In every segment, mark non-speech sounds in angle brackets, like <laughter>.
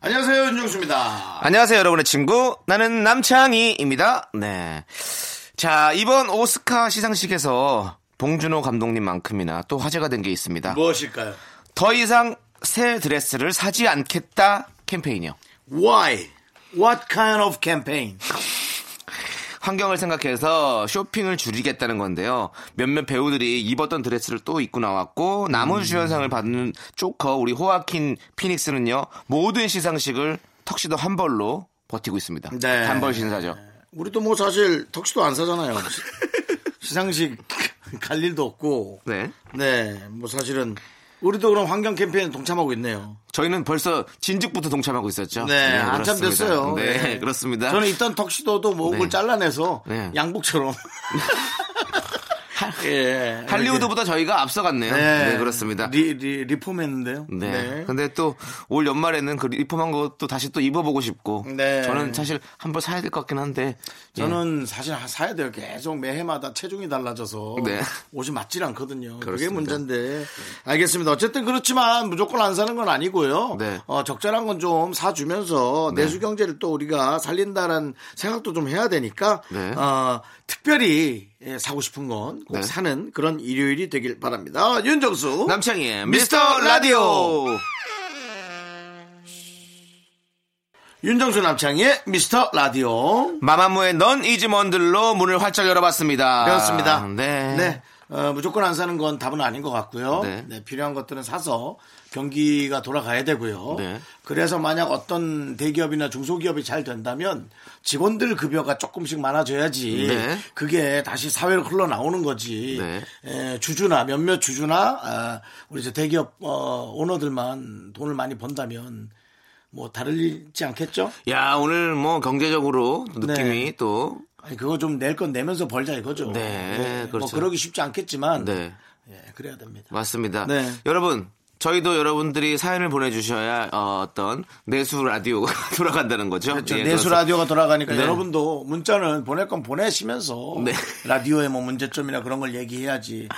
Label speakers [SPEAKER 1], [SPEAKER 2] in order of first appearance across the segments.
[SPEAKER 1] 안녕하세요, 윤정수입니다.
[SPEAKER 2] 안녕하세요, 여러분의 친구. 나는 남창희입니다. 네. 자, 이번 오스카 시상식에서 봉준호 감독님만큼이나 또 화제가 된 게 있습니다.
[SPEAKER 1] 뭐? 무엇일까요?
[SPEAKER 2] 더 이상 새 드레스를 사지 않겠다 캠페인이요.
[SPEAKER 1] Why? What kind of campaign?
[SPEAKER 2] 환경을 생각해서 쇼핑을 줄이겠다는 건데요. 몇몇 배우들이 입었던 드레스를 또 입고 나왔고 남은 주연상을 받는 조커 우리 호아킨 피닉스는요. 모든 시상식을 턱시도 한 벌로 버티고 있습니다.
[SPEAKER 1] 네.
[SPEAKER 2] 단벌 신사죠.
[SPEAKER 1] 우리도 뭐 사실 턱시도 안
[SPEAKER 2] <laughs>
[SPEAKER 1] 사잖아요. 시상식 갈 일도 없고.
[SPEAKER 2] 네.
[SPEAKER 1] 네, 뭐 사실은 우리도 그런 환경 캠페인에 동참하고 있네요.
[SPEAKER 2] 저희는 벌써 진즉부터 동참하고 있었죠.
[SPEAKER 1] 네, 한참
[SPEAKER 2] 아, 그렇습니다.
[SPEAKER 1] 됐어요.
[SPEAKER 2] 네, <laughs> 그렇습니다.
[SPEAKER 1] 저는 있던 턱시도도 목을
[SPEAKER 2] 네.
[SPEAKER 1] 잘라내서
[SPEAKER 2] 네. <laughs>
[SPEAKER 1] 양복처럼. 예.
[SPEAKER 2] 할리우드보다 저희가 앞서갔네요. 네, 그렇습니다.
[SPEAKER 1] 리, 리, 리폼했는데요.
[SPEAKER 2] 네. 근데 또 올 연말에는 그 리폼한 것도 다시 또 입어보고 싶고.
[SPEAKER 1] 네.
[SPEAKER 2] 저는 사실 한벌 사야 될 것 같긴 한데. 예.
[SPEAKER 1] 저는 사실 하- 사야 돼요. 계속 매 해마다 체중이 달라져서
[SPEAKER 2] 네.
[SPEAKER 1] 옷이 맞질 않거든요. 그게
[SPEAKER 2] 그렇습니다.
[SPEAKER 1] 문제인데 알겠습니다. 어쨌든 그렇지만 무조건 안 사는 건 아니고요.
[SPEAKER 2] 네.
[SPEAKER 1] 어, 적절한 건 좀 사주면서 내수 경제를 또 우리가 살린다라는 생각도 좀 해야 되니까
[SPEAKER 2] 네.
[SPEAKER 1] 어, 특별히 예, 사고 싶은 건 꼭
[SPEAKER 2] 네.
[SPEAKER 1] 사는 그런 일요일이 되길 바랍니다. 윤정수
[SPEAKER 2] 남창희의
[SPEAKER 1] 미스터
[SPEAKER 2] 미스터
[SPEAKER 1] 라디오.
[SPEAKER 2] 라디오.
[SPEAKER 1] 윤정수 남창의 미스터 라디오
[SPEAKER 2] 마마무의 넌 이즈먼들로 문을 활짝 열어봤습니다.
[SPEAKER 1] 배웠습니다.
[SPEAKER 2] 아, 네.
[SPEAKER 1] 어, 무조건 안 사는 건 답은 아닌 것 같고요.
[SPEAKER 2] 네.
[SPEAKER 1] 네, 필요한 것들은 사서 경기가 돌아가야 되고요.
[SPEAKER 2] 네.
[SPEAKER 1] 그래서 만약 어떤 대기업이나 중소기업이 잘 된다면 직원들 급여가 조금씩 많아져야지
[SPEAKER 2] 네.
[SPEAKER 1] 그게 다시 사회로 흘러나오는 거지.
[SPEAKER 2] 네.
[SPEAKER 1] 에, 주주나 몇몇 주주나 아, 우리 이제 대기업 어, 오너들만 돈을 많이 번다면 뭐 다르지 않겠죠?
[SPEAKER 2] 야, 오늘 뭐 경제적으로 느낌이
[SPEAKER 1] 네.
[SPEAKER 2] 또.
[SPEAKER 1] 아니 그거 좀 낼 건 내면서 벌자 이거죠.
[SPEAKER 2] 네,
[SPEAKER 1] 뭐
[SPEAKER 2] 그렇죠.
[SPEAKER 1] 그러기 쉽지 않겠지만
[SPEAKER 2] 네.
[SPEAKER 1] 예, 그래야 됩니다.
[SPEAKER 2] 맞습니다.
[SPEAKER 1] 네.
[SPEAKER 2] 여러분, 저희도 여러분들이 사연을 보내주셔야 어, 떤 내수 라디오가 <laughs> 돌아간다는 거죠.
[SPEAKER 1] 그렇죠.
[SPEAKER 2] 예,
[SPEAKER 1] 내수
[SPEAKER 2] 그래서-
[SPEAKER 1] 라디오가 돌아가니까
[SPEAKER 2] 네.
[SPEAKER 1] 여러분도 문자는 보낼 건 보내시면서
[SPEAKER 2] 네.
[SPEAKER 1] 라디오의 뭐 문제점이나 그런 걸 얘기해야지.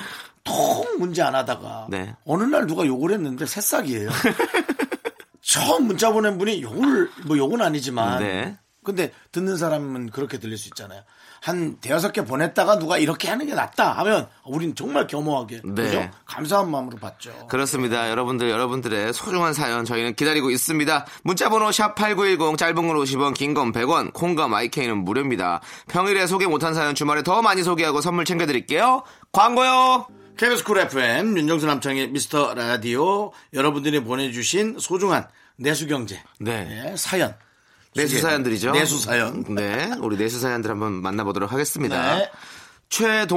[SPEAKER 1] 통 문제 안 하다가
[SPEAKER 2] 네.
[SPEAKER 1] 어느 날 누가 욕을 했는데 새싹이에요. <laughs> 처음 문자 보낸 분이 욕을 뭐 욕은 아니지만
[SPEAKER 2] 네.
[SPEAKER 1] 근데 듣는 사람은 그렇게 들릴 수 있잖아요. 한 대여섯 개 보냈다가 누가 이렇게 하는 게 낫다 하면 우린 정말 겸허하게
[SPEAKER 2] 네.
[SPEAKER 1] 그죠? 감사한 마음으로 봤죠.
[SPEAKER 2] 그렇습니다. 여러분들, 여러분들의 소중한 사연 저희는 기다리고 있습니다. 문자번호 샵8910, 짧은 건 50원, 긴 건 100원, 콩과 마이케이는 무료입니다. 평일에 소개 못한 사연 주말에 더 많이 소개하고 선물 챙겨드릴게요. 광고요!
[SPEAKER 1] KBS 쿨 FM 윤정수 남창의 미스터 라디오 여러분들이 보내주신 소중한 내수경제
[SPEAKER 2] 네.
[SPEAKER 1] 네, 사연
[SPEAKER 2] 내수 사연들이죠.
[SPEAKER 1] 내수 사연
[SPEAKER 2] 네. 우리 내수 사연들 한번 만나보도록 하겠습니다.
[SPEAKER 1] 네.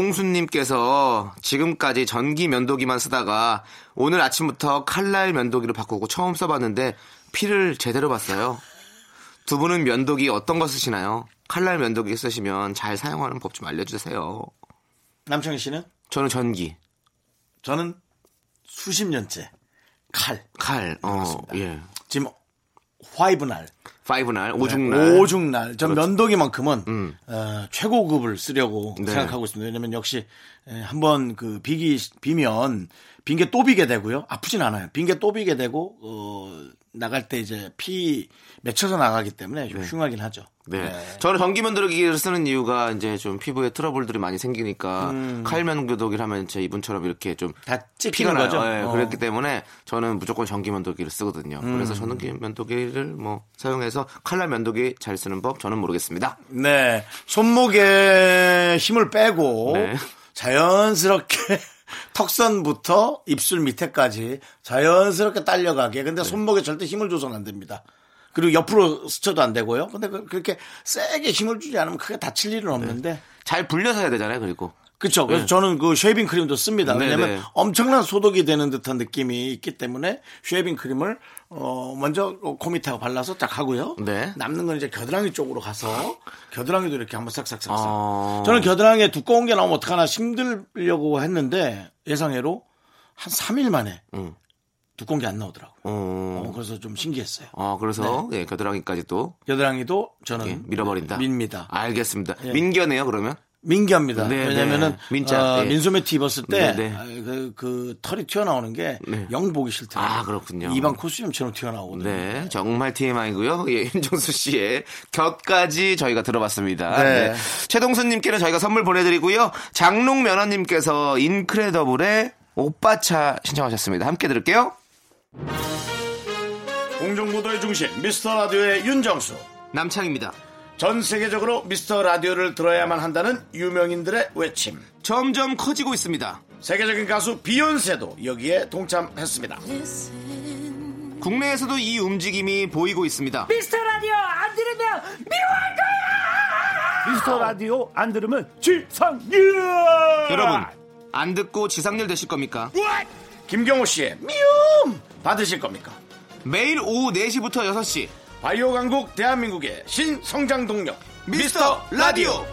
[SPEAKER 2] 최동수님께서 지금까지 전기 면도기만 쓰다가 오늘 아침부터 칼날 면도기를 바꾸고 처음 써봤는데 피를 제대로 봤어요. 두 분은 면도기 어떤 거 쓰시나요? 칼날 면도기 쓰시면 잘 사용하는 법 좀 알려주세요.
[SPEAKER 1] 남창희 씨는
[SPEAKER 2] 저는 전기,
[SPEAKER 1] 저는 수십 년째 칼
[SPEAKER 2] 칼, 어, 예.
[SPEAKER 1] 지금 화이브 날
[SPEAKER 2] 파이브 날, 네, 오중 날.
[SPEAKER 1] 오중날 그렇죠. 전 면도기만큼은 어, 최고급을 쓰려고
[SPEAKER 2] 네.
[SPEAKER 1] 생각하고 있습니다 왜냐면 역시 에, 한번 그 비기 비면 빈 게 또 비게 되고요 아프진 않아요 빈 게 또 비게 되고 어, 나갈 때 이제 피 맺혀서 나가기 때문에 좀 흉하긴 하죠
[SPEAKER 2] 네. 저는 전기 면도기를 쓰는 이유가 이제 좀 피부에 트러블들이 많이 생기니까 칼 면도기를 하면 제 이분처럼 이렇게 좀
[SPEAKER 1] 다 찝히는
[SPEAKER 2] 피가 나요.
[SPEAKER 1] 거죠?
[SPEAKER 2] 예,
[SPEAKER 1] 어. 음.
[SPEAKER 2] 그렇기 때문에 저는 무조건 전기 면도기를 쓰거든요. 그래서 전기 면도기를 뭐 사용해서 칼날 면도기 잘 쓰는 법 저는 모르겠습니다.
[SPEAKER 1] 네. 손목에 힘을 빼고
[SPEAKER 2] 네.
[SPEAKER 1] 자연스럽게 <laughs> 턱선부터 입술 밑에까지 자연스럽게 딸려가게. 근데 손목에 절대 힘을 줘서는 안 됩니다. 그리고 옆으로 스쳐도 안 되고요. 근데 그- 그렇게 세게 힘을 주지 않으면 크게 다칠 일은 없는데
[SPEAKER 2] 잘 불려서 해야 되잖아요. 그리고
[SPEAKER 1] 그렇죠. 그래서 저는 그 쉐이빙 크림도 씁니다. 왜냐하면
[SPEAKER 2] 네. 네네.
[SPEAKER 1] 엄청난 소독이 되는 듯한 느낌이 있기 때문에 쉐이빙 크림을 어 먼저 코 밑에 발라서 딱 하고요.
[SPEAKER 2] 네.
[SPEAKER 1] 남는 건 이제 겨드랑이 쪽으로 가서 겨드랑이도 이렇게 한번 싹싹싹싹.
[SPEAKER 2] 아.
[SPEAKER 1] 저는 겨드랑이에 두꺼운 게 나오면 어떡하나 힘들려고 했는데 예상외로 한 3일 만에
[SPEAKER 2] 음.
[SPEAKER 1] 두꺼운 게 안 나오더라고. 요
[SPEAKER 2] 어.
[SPEAKER 1] 그래서 좀 신기했어요.
[SPEAKER 2] 아, 그래서
[SPEAKER 1] 네.
[SPEAKER 2] 예, 겨드랑이까지 또
[SPEAKER 1] 겨드랑이도 저는
[SPEAKER 2] 예, 밀어버린다.
[SPEAKER 1] 밉니다. 예.
[SPEAKER 2] 알겠습니다. 민겨네요, 그러면?
[SPEAKER 1] 민기합니다.
[SPEAKER 2] 네,
[SPEAKER 1] 왜냐면은
[SPEAKER 2] 네. 민자,
[SPEAKER 1] 어,
[SPEAKER 2] 예.
[SPEAKER 1] 민소매티 입었을 때
[SPEAKER 2] 네, 네.
[SPEAKER 1] 아, 그, 그 털이 튀어나오는 게
[SPEAKER 2] 네.
[SPEAKER 1] 영 보기 싫더라고요.
[SPEAKER 2] 아, 그렇군요.
[SPEAKER 1] 이방 코스튬처럼 튀어나오거든요.
[SPEAKER 2] 네, 정말 TMI고요. 예, <laughs> 윤정수 씨의 곁까지 저희가 들어봤습니다.
[SPEAKER 1] 네.
[SPEAKER 2] 네. 최동수님께는 저희가 선물 보내드리고요. 장롱 면허님께서 인크레더블의 오빠차 신청하셨습니다. 함께 들을게요.
[SPEAKER 1] 공정무도의 중심 미스터 라디오의 윤정수.
[SPEAKER 2] 남창입니다.
[SPEAKER 1] 전 세계적으로 미스터 라디오를 들어야만 한다는 유명인들의 외침.
[SPEAKER 2] 점점 커지고 있습니다.
[SPEAKER 1] 세계적인 가수 비욘세도 여기에 동참했습니다.
[SPEAKER 2] 국내에서도 이 움직임이 보이고 있습니다.
[SPEAKER 3] 미스터 라디오 안 들으면
[SPEAKER 4] 미스터 라디오 안 들으면 지상률
[SPEAKER 2] 여러분, 안 듣고 지상렬 되실 겁니까?
[SPEAKER 1] 김경호 씨의 미움 받으실 겁니까?
[SPEAKER 2] 매일 오후 4시부터 6시
[SPEAKER 1] 바이오 강국 대한민국의 신성장 동력
[SPEAKER 2] 미스터 라디오.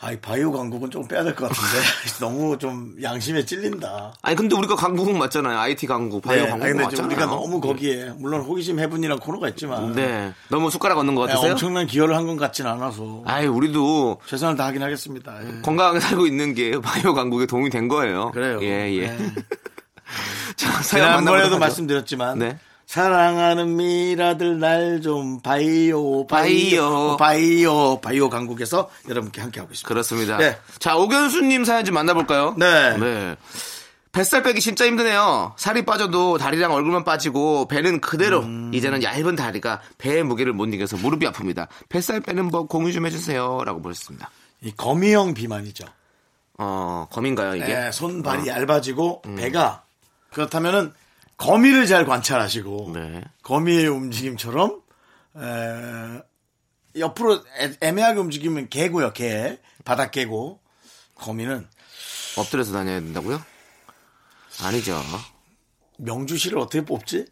[SPEAKER 1] 아이 바이오 강국은 좀 빼야 될 것
[SPEAKER 2] <laughs>
[SPEAKER 1] 같은데 너무 좀 양심에 찔린다.
[SPEAKER 2] 아니 근데 우리가 강국 맞잖아요. IT 강국, 바이오
[SPEAKER 1] 네, 아니,
[SPEAKER 2] 강국
[SPEAKER 1] 근데 좀
[SPEAKER 2] 맞잖아요.
[SPEAKER 1] 우리가 너무 거기에 물론 호기심 해분이란 코너가 있지만
[SPEAKER 2] 네, 너무 숟가락 얹는 것
[SPEAKER 1] 네,
[SPEAKER 2] 같으세요?
[SPEAKER 1] 엄청난 기여를 한 것 같진 않아서
[SPEAKER 2] 아, 아이 우리도
[SPEAKER 1] 최선을 다하긴 하겠습니다. 예.
[SPEAKER 2] 건강하게 살고 있는 게 <laughs> 바이오 강국에 도움이 된 거예요.
[SPEAKER 1] 그래요.
[SPEAKER 2] 예, 예.
[SPEAKER 1] 네.
[SPEAKER 2] 자, <laughs> 사연
[SPEAKER 1] 지난번에도
[SPEAKER 2] 만나보도록 하죠.
[SPEAKER 1] 말씀드렸지만
[SPEAKER 2] 네.
[SPEAKER 1] 사랑하는 미라들 날 좀 바이오 바이오
[SPEAKER 2] 바이오.
[SPEAKER 1] 바이오 바이오 강국에서 여러분께 함께 하고 있습니다.
[SPEAKER 2] 그렇습니다.
[SPEAKER 1] 네.
[SPEAKER 2] 자, 오견수님 사연 좀 만나볼까요?
[SPEAKER 1] 네.
[SPEAKER 2] 네. 뱃살 빼기 진짜 힘드네요. 살이 빠져도 다리랑 얼굴만 빠지고 배는 그대로. 이제는 얇은 다리가 배의 무게를 못 이겨서 무릎이 아픕니다. 뱃살 빼는 법 공유 좀 해주세요라고 보셨습니다.
[SPEAKER 1] 이 거미형 비만이죠.
[SPEAKER 2] 어, 검인가요 이게? 어. 음.
[SPEAKER 1] 예, 손발이 얇아지고 배가 그렇다면은 거미를 잘 관찰하시고
[SPEAKER 2] 네.
[SPEAKER 1] 거미의 움직임처럼 에, 옆으로 애, 매하게 움직이면 개고요 개 바닥 개고 거미는
[SPEAKER 2] 엎드려서 다녀야 된다고요? 아니죠.
[SPEAKER 1] 명주 씨를 어떻게 뽑지?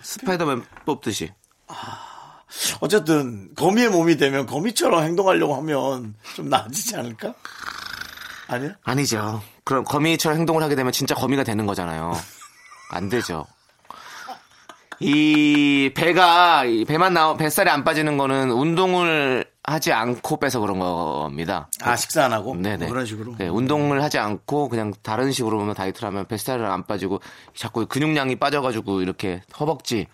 [SPEAKER 2] 스파이더맨 뽑듯이.
[SPEAKER 1] 어쨌든 거미의 몸이 되면 거미처럼 행동하려고 하면 좀 나아지지 않을까? 아니야?
[SPEAKER 2] 아니죠. 그럼 거미처럼 행동을 하게 되면 진짜 거미가 되는 거잖아요. 안 되죠. 이 배가 이 배만 나오 뱃살이 안 빠지는 거는 운동을 하지 않고 빼서 그런 겁니다.
[SPEAKER 1] 아 식사 안 하고
[SPEAKER 2] 음, 네네.
[SPEAKER 1] 뭐 그런 식으로
[SPEAKER 2] 네, 운동을 하지 않고 그냥 다른 식으로 보면 다이어트를 하면 뱃살은 안 빠지고 자꾸 근육량이 빠져가지고 이렇게 허벅지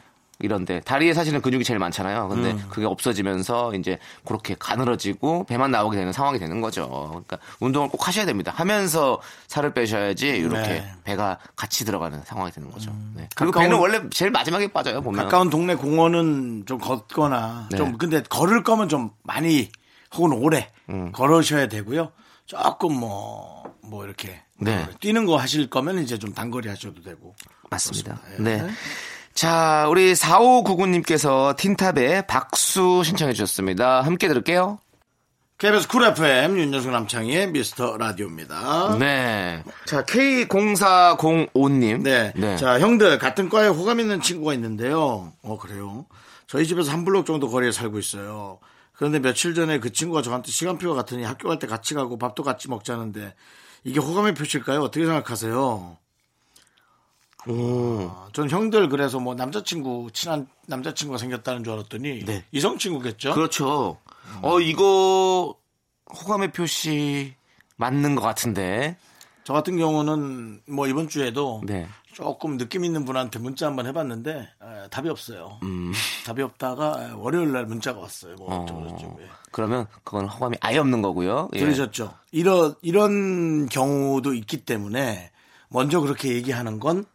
[SPEAKER 2] 이런데 다리에 사실은 근육이 제일 많잖아요. 근데
[SPEAKER 1] 음.
[SPEAKER 2] 그게 없어지면서 이제 그렇게 가늘어지고 배만 나오게 되는 상황이 되는 거죠. 그러니까 운동을 꼭 하셔야 됩니다. 하면서 살을 빼셔야지 이렇게
[SPEAKER 1] 네. 음.
[SPEAKER 2] 배가 같이 들어가는 상황이 되는 거죠. 네. 그리고
[SPEAKER 1] 가까운-
[SPEAKER 2] 배는 원래 제일 마지막에 빠져요. 보면
[SPEAKER 1] 가까운 동네 공원은 좀 걷거나
[SPEAKER 2] 네.
[SPEAKER 1] 좀 근데 걸을 거면 좀 많이 혹은 오래
[SPEAKER 2] 음.
[SPEAKER 1] 걸으셔야 되고요. 조금 뭐 뭐 이렇게 뭐
[SPEAKER 2] 네.
[SPEAKER 1] 뛰는 거 하실 거면 이제 좀 단거리 하셔도 되고.
[SPEAKER 2] 맞습니다. 네.
[SPEAKER 1] 예.
[SPEAKER 2] 자, 우리 4599님께서 틴탑의 박수 신청해 주셨습니다. 함께 들을게요.
[SPEAKER 1] KBS 쿨 FM 윤정수 남창희의 미스터 라디오입니다.
[SPEAKER 2] 네. 자, K0405님.
[SPEAKER 1] 네. 자, 형들, 같은 과에 호감 있는 친구가 있는데요. 어, 그래요? 저희 집에서 한 블록 정도 거리에 살고 있어요. 그런데 며칠 전에 그 친구가 저한테 시간표가 같으니 학교 갈 때 같이 가고 밥도 같이 먹자는데 이게 호감의 표시일까요? 어떻게 생각하세요? 아, 전 형들 그래서 뭐 남자친구, 친한 남자친구가 생겼다는 줄 알았더니
[SPEAKER 2] 네.
[SPEAKER 1] 이성친구겠죠?
[SPEAKER 2] 그렇죠. 어, 이거 호감의 표시 맞는 것 같은데.
[SPEAKER 1] 저 같은 경우는 뭐 이번 주에도
[SPEAKER 2] 네.
[SPEAKER 1] 조금 느낌 있는 분한테 문자 한번 해봤는데 에, 답이 없어요.
[SPEAKER 2] 음.
[SPEAKER 1] 답이 없다가 에, 월요일 날 문자가 왔어요. 뭐 어쩌고 저쩌고. 예.
[SPEAKER 2] 그러면 그건 호감이 아예 없는 거고요. 예.
[SPEAKER 1] 들으셨죠? 이런 이런 경우도 있기 때문에 먼저 그렇게 얘기하는 건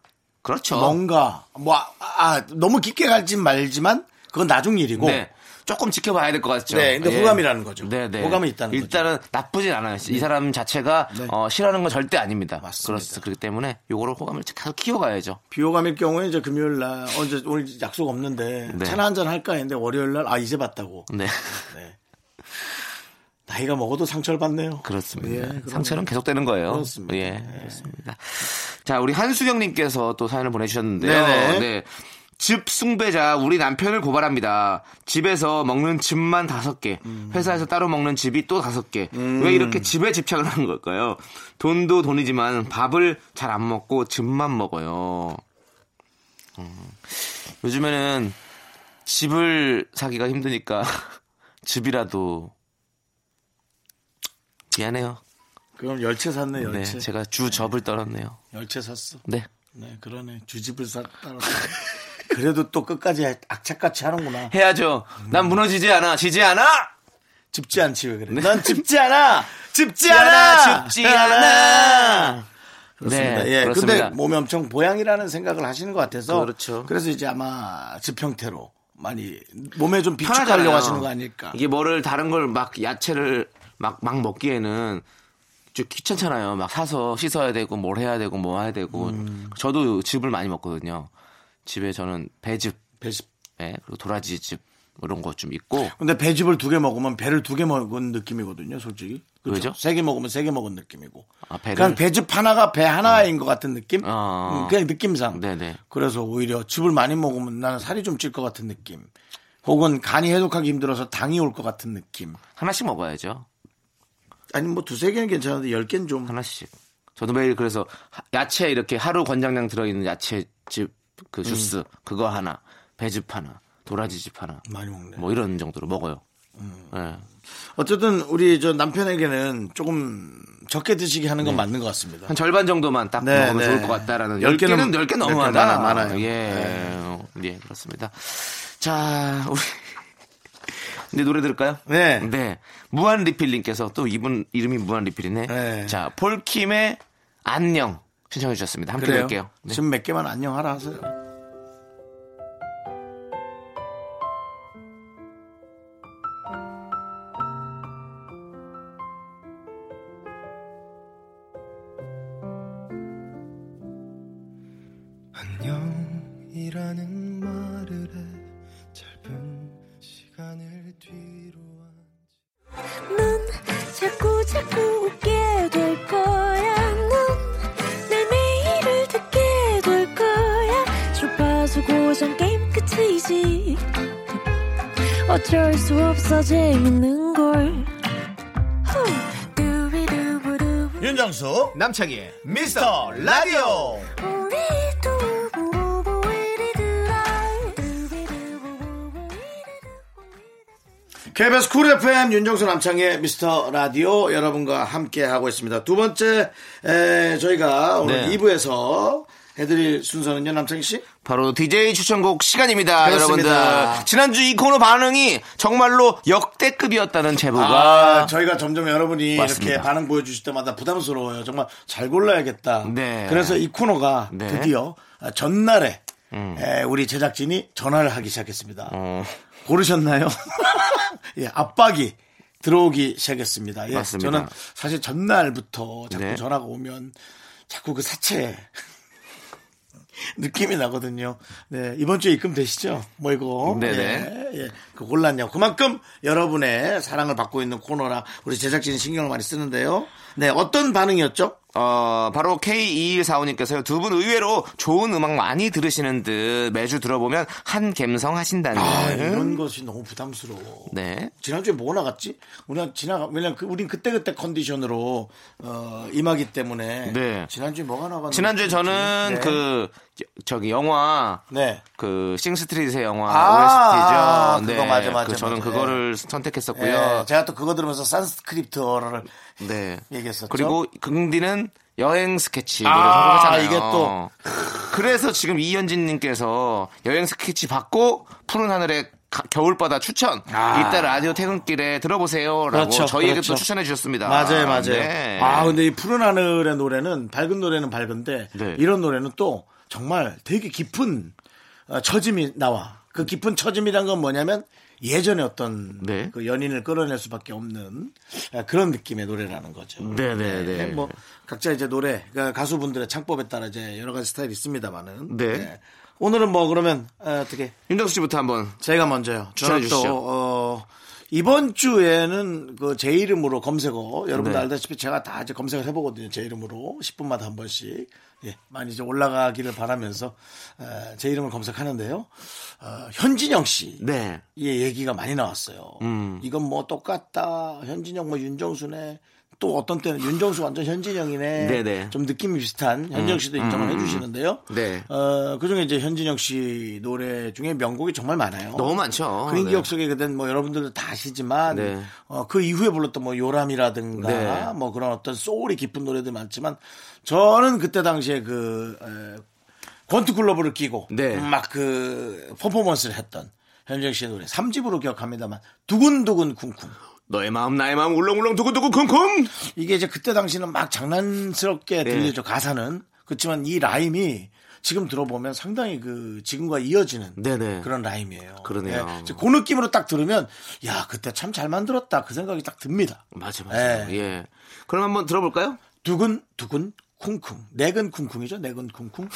[SPEAKER 2] 그렇죠.
[SPEAKER 1] 뭔가 뭐 아, 아, 너무 깊게 갈진 말지만 그건 나중 일이고
[SPEAKER 2] 네. 조금 지켜봐야 될 것 같죠.
[SPEAKER 1] 네, 근데 호감이라는 거죠.
[SPEAKER 2] 네, 네.
[SPEAKER 1] 호감이 있다는 거죠. 네.
[SPEAKER 2] 일단은 나쁘진 않아요. 이 사람 자체가 어, 싫어하는 건 절대 아닙니다.
[SPEAKER 1] 맞습니다.
[SPEAKER 2] 그렇, 그렇기 때문에 요거를 호감을 계속 키워가야죠.
[SPEAKER 1] 비호감일 경우에 이제 금요일 날 어, 이제 오늘 약속 없는데
[SPEAKER 2] 네.
[SPEAKER 1] 차나 한잔 할까 했는데 월요일 날 아 이제 봤다고
[SPEAKER 2] 네. <laughs>
[SPEAKER 1] 네. 나이가 먹어도 상처를 받네요. 예,
[SPEAKER 2] 그렇습니다.
[SPEAKER 1] 그럼요.
[SPEAKER 2] 상처는 계속되는 거예요.
[SPEAKER 1] 그렇습니다.
[SPEAKER 2] 예, 그렇습니다. 자, 우리 한수경님께서 또 사연을 보내주셨는데요.
[SPEAKER 1] 네네.
[SPEAKER 2] 네. 집 숭배자 우리 남편을 고발합니다. 집에서 먹는 집만 다섯 개,
[SPEAKER 1] 음.
[SPEAKER 2] 회사에서 따로 먹는 집이 또 다섯 개. 왜 이렇게 집에 집착을 하는 걸까요? 돈도 돈이지만 밥을 잘 안 먹고 집만 먹어요. 음. 요즘에는 집을 사기가 힘드니까 <laughs> 집이라도 미안해요.
[SPEAKER 1] 그럼 열채 샀네
[SPEAKER 2] 네,
[SPEAKER 1] 열채.
[SPEAKER 2] 제가 주 접을 떨었네요.
[SPEAKER 1] 열채 샀어.
[SPEAKER 2] 네.
[SPEAKER 1] 네, 그러네. 주집을 샀따라 그래도 또 끝까지 아, 악착같이 하는구나.
[SPEAKER 2] 해야죠. 난 무너지지 않아. 지지 않아.
[SPEAKER 1] 집지 않지 왜 그래?
[SPEAKER 2] 네.
[SPEAKER 1] 넌 집지 않아.
[SPEAKER 2] 집지
[SPEAKER 1] 않아!
[SPEAKER 2] 집지 않아.
[SPEAKER 1] 그렇습니다.
[SPEAKER 2] 네,
[SPEAKER 1] 예,
[SPEAKER 2] 그렇습니다.
[SPEAKER 1] 근데 몸이 엄청 보양이라는 생각을 하시는 것 같아서
[SPEAKER 2] 그렇죠.
[SPEAKER 1] 래서 이제 아마 집 형태로 많이 몸에 좀 비축하려고 하시는 거 아닐까?
[SPEAKER 2] 이게 뭐를 다른 걸 막 야채를 막 막 먹기에는 좀 귀찮잖아요. 막 사서 씻어야 되고 뭘 해야 되고 뭐 해야 되고.
[SPEAKER 1] 음.
[SPEAKER 2] 저도 집을 많이 먹거든요. 집에 저는 배즙,
[SPEAKER 1] 배집.
[SPEAKER 2] 예, 그리고 도라지즙 이런 거 좀 있고.
[SPEAKER 1] 근데 배즙을 두 개 먹으면 배를 두 개 먹은 느낌이거든요, 솔직히.
[SPEAKER 2] 왜죠?
[SPEAKER 1] 세 개 먹으면 세 개 먹은 느낌이고.
[SPEAKER 2] 아, 배를?
[SPEAKER 1] 그냥 배즙 하나가 배 하나인 것 같은 느낌?
[SPEAKER 2] 어.
[SPEAKER 1] 음, 그냥 느낌상.
[SPEAKER 2] 네네.
[SPEAKER 1] 그래서 오히려 즙을 많이 먹으면 나는 살이 좀 찔 것 같은 느낌. 혹은 간이 해독하기 힘들어서 당이 올 것 같은 느낌.
[SPEAKER 2] 하나씩 먹어야죠.
[SPEAKER 1] 아니 뭐 두세 개는 괜찮은데 열 개는 좀
[SPEAKER 2] 하나씩. 저도 매일 그래서 하- 야채 이렇게 하루 권장량 들어있는 야채즙
[SPEAKER 1] 음.
[SPEAKER 2] 그 주스 그거 하나, 배즙 하나, 도라지즙 하나,
[SPEAKER 1] 많이 먹네.
[SPEAKER 2] 뭐 이런 정도로 먹어요.
[SPEAKER 1] 음.
[SPEAKER 2] 예.
[SPEAKER 1] 어쨌든 우리 저 남편에게는 조금 적게 드시게 하는 건
[SPEAKER 2] 네.
[SPEAKER 1] 맞는 것 같습니다.
[SPEAKER 2] 한 절반 정도만 딱
[SPEAKER 1] 네,
[SPEAKER 2] 먹으면
[SPEAKER 1] 네.
[SPEAKER 2] 좋을 것 같다라는.
[SPEAKER 1] 열
[SPEAKER 2] 열 개는
[SPEAKER 1] 개는
[SPEAKER 2] 열개
[SPEAKER 1] 열개
[SPEAKER 2] 너무하다.
[SPEAKER 1] 많아, 많아요. 네.
[SPEAKER 2] 예, 예, 그렇습니다. 자, 우리 <laughs> 이제 노래 들을까요?
[SPEAKER 1] 네.
[SPEAKER 2] 네. 무한 리필님께서 또 이분 이름이 무한 리필이네.
[SPEAKER 1] 네.
[SPEAKER 2] 자, 폴킴의 안녕 신청해 주셨습니다. 함께
[SPEAKER 1] 그래요.
[SPEAKER 2] 들을게요. 네.
[SPEAKER 1] 지금 몇 개만 안녕하라 하세요.
[SPEAKER 5] 안녕이라는 말을 해 짧은 시간을 뒤로 한
[SPEAKER 6] 넌 자꾸 자꾸 웃게 될 거야. 넌내 매일을 듣게 될 거야. 주파수 고정 게임 끝이지. 어쩔 수 없어 재밌는 걸. 후. 두비두부두.
[SPEAKER 1] 윤정수 남창희 미스터 라디오.
[SPEAKER 6] 우리 두부부부 우리들아. 두비두부부부 우리들아.
[SPEAKER 1] KBS 쿨 FM 윤정수 남창의 미스터 라디오 여러분과 함께 하고 있습니다. 두 번째 에, 저희가 오늘
[SPEAKER 2] 네.
[SPEAKER 1] 2부에서 해드릴 순서는요 남창희 씨.
[SPEAKER 2] 바로 DJ 추천곡 시간입니다,
[SPEAKER 1] 그렇습니다.
[SPEAKER 2] 여러분들. 지난주 이 코너 반응이 정말로 역대급이었다는 제보가
[SPEAKER 1] 아, 저희가 점점 여러분이
[SPEAKER 2] 맞습니다.
[SPEAKER 1] 이렇게 반응 보여주실 때마다 부담스러워요. 정말 잘 골라야겠다.
[SPEAKER 2] 네.
[SPEAKER 1] 그래서 이 코너가
[SPEAKER 2] 네. 음.
[SPEAKER 1] 드디어 전날에 에, 우리 제작진이 전화를 하기 시작했습니다.
[SPEAKER 2] 어.
[SPEAKER 1] 고르셨나요? <laughs> 예, 압박이 들어오기 시작했습니다. 예,
[SPEAKER 2] 맞습니다.
[SPEAKER 1] 저는 사실 전날부터 자꾸
[SPEAKER 2] 네.
[SPEAKER 1] 전화가 오면 자꾸 그 사채 <laughs> 느낌이 나거든요. 네, 이번 주에 입금되시죠? 뭐 이거.
[SPEAKER 2] 네네.
[SPEAKER 1] 예, 예. 그 골랐냐. 그만큼 여러분의 사랑을 받고 있는 코너라 우리 제작진이 신경을 많이 쓰는데요. 네, 어떤 반응이었죠?
[SPEAKER 2] 어, 바로 K2145님께서요. 두 분 의외로 좋은 음악 많이 들으시는 듯 매주 들어보면 한 감성 하신다는.
[SPEAKER 1] 아, 이런 것이 너무 부담스러워.
[SPEAKER 2] 네.
[SPEAKER 1] 지난주에 뭐 나갔지? 우리가 지나가, 왜냐면 그, 우린 그때그때 컨디션으로, 어, 임하기 때문에.
[SPEAKER 2] 네.
[SPEAKER 1] 지난주에 뭐가 나갔는지.
[SPEAKER 2] 지난주에 저는
[SPEAKER 1] 네.
[SPEAKER 2] 그 저기 영화
[SPEAKER 1] 네.
[SPEAKER 2] 그 싱스트리트의 영화
[SPEAKER 1] 아,
[SPEAKER 2] OST죠.
[SPEAKER 1] 그거 맞아, 맞아,
[SPEAKER 2] 그 저는
[SPEAKER 1] 맞아.
[SPEAKER 2] 그거를 어,
[SPEAKER 1] 예,
[SPEAKER 2] 선택했었고요.
[SPEAKER 1] 제가 또 그거 들으면서 산스크립트어를
[SPEAKER 2] 네.
[SPEAKER 1] 얘기했었죠.
[SPEAKER 2] 그리고 긍디는 여행 스케치 노래
[SPEAKER 1] 아,
[SPEAKER 2] 선곡했잖아요.
[SPEAKER 1] 이게 또.
[SPEAKER 2] 그래서 지금 이현진님께서 여행 스케치 받고 푸른 하늘의 가- 겨울바다 추천 이따 라디오 퇴근길에 들어보세요라고
[SPEAKER 1] 아. 그렇죠,
[SPEAKER 2] 저희에게
[SPEAKER 1] 그렇죠.
[SPEAKER 2] 또 추천해 주셨습니다.
[SPEAKER 1] 맞아요, 맞아요.
[SPEAKER 2] 네.
[SPEAKER 1] 아, 근데 이 푸른 하늘의 노래는 밝은 노래는 밝은데
[SPEAKER 2] 네.
[SPEAKER 1] 이런 노래는 또 정말 되게 깊은 어, 처짐이 나와. 그 깊은 처짐이란 건 뭐냐면 예전에 어떤
[SPEAKER 2] 네.
[SPEAKER 1] 그 연인을 끌어낼 수밖에 없는 어, 그런 느낌의 노래라는 거죠.
[SPEAKER 2] 네, 네, 네.
[SPEAKER 1] 뭐 각자 이제 노래 그러니까 가수분들의 창법에 따라 이제 여러 가지 스타일이 있습니다만은.
[SPEAKER 2] 네.
[SPEAKER 1] 오늘은 뭐 그러면 어, 어떻게
[SPEAKER 2] 윤정수 씨부터 한번
[SPEAKER 1] 제가 먼저요. 저는
[SPEAKER 2] 추천해 주시죠.
[SPEAKER 1] 또 어, 이번 주에는 그 제 이름으로 검색어 여러분들
[SPEAKER 2] 네.
[SPEAKER 1] 알다시피 제가 다 이제 검색을 해보거든요. 제 이름으로 10분마다 한 번씩 예, 많이 이제 올라가기를 바라면서 에, 제 이름을 검색하는데요. 어, 현진영 씨.
[SPEAKER 2] 네.
[SPEAKER 1] 예, 얘기가 많이 나왔어요.
[SPEAKER 2] 음.
[SPEAKER 1] 이건 뭐 똑같다. 현진영 뭐 윤정수네. 또 어떤 때는 윤정수 완전 현진영이네.
[SPEAKER 2] 네네. 음,
[SPEAKER 1] 좀 느낌이 비슷한 현진영 씨도 인정을 해주시는데요.
[SPEAKER 2] 네.
[SPEAKER 1] 어, 그중에 이제 현진영 씨 노래 중에 명곡이 정말 많아요.
[SPEAKER 2] 너무 많죠.
[SPEAKER 1] 그인
[SPEAKER 2] 네.
[SPEAKER 1] 기억 속에 그땐 뭐 여러분들도 다 아시지만
[SPEAKER 2] 네.
[SPEAKER 1] 어, 그 이후에 불렀던 뭐 요람이라든가
[SPEAKER 2] 네.
[SPEAKER 1] 뭐 그런 어떤 소울이 깊은 노래들 많지만 저는 그때 당시에 그 에, 권투 글러브를 끼고 음,
[SPEAKER 2] 네.
[SPEAKER 1] 막 그 퍼포먼스를 했던 현정 씨의 노래 3집으로 기억합니다만 두근두근 쿵쿵
[SPEAKER 2] 너의 마음 나의 마음 울렁울렁 두근두근 쿵쿵.
[SPEAKER 1] 이게 이제 그때 당시는 막 장난스럽게
[SPEAKER 2] 네.
[SPEAKER 1] 들리죠 가사는 그렇지만 이 라임이 지금 들어보면 상당히 그 지금과 이어지는
[SPEAKER 2] 네네.
[SPEAKER 1] 그런 라임이에요.
[SPEAKER 2] 그러네요.
[SPEAKER 1] 예, 이제 그 느낌으로 딱 들으면 야 그때 참 잘 만들었다 그 생각이 딱 듭니다.
[SPEAKER 2] 맞아 맞아.
[SPEAKER 1] 네.
[SPEAKER 2] 예. 그럼 한번 들어볼까요?
[SPEAKER 1] 두근 두근 쿵쿵 내근 쿵쿵이죠 내근 쿵쿵.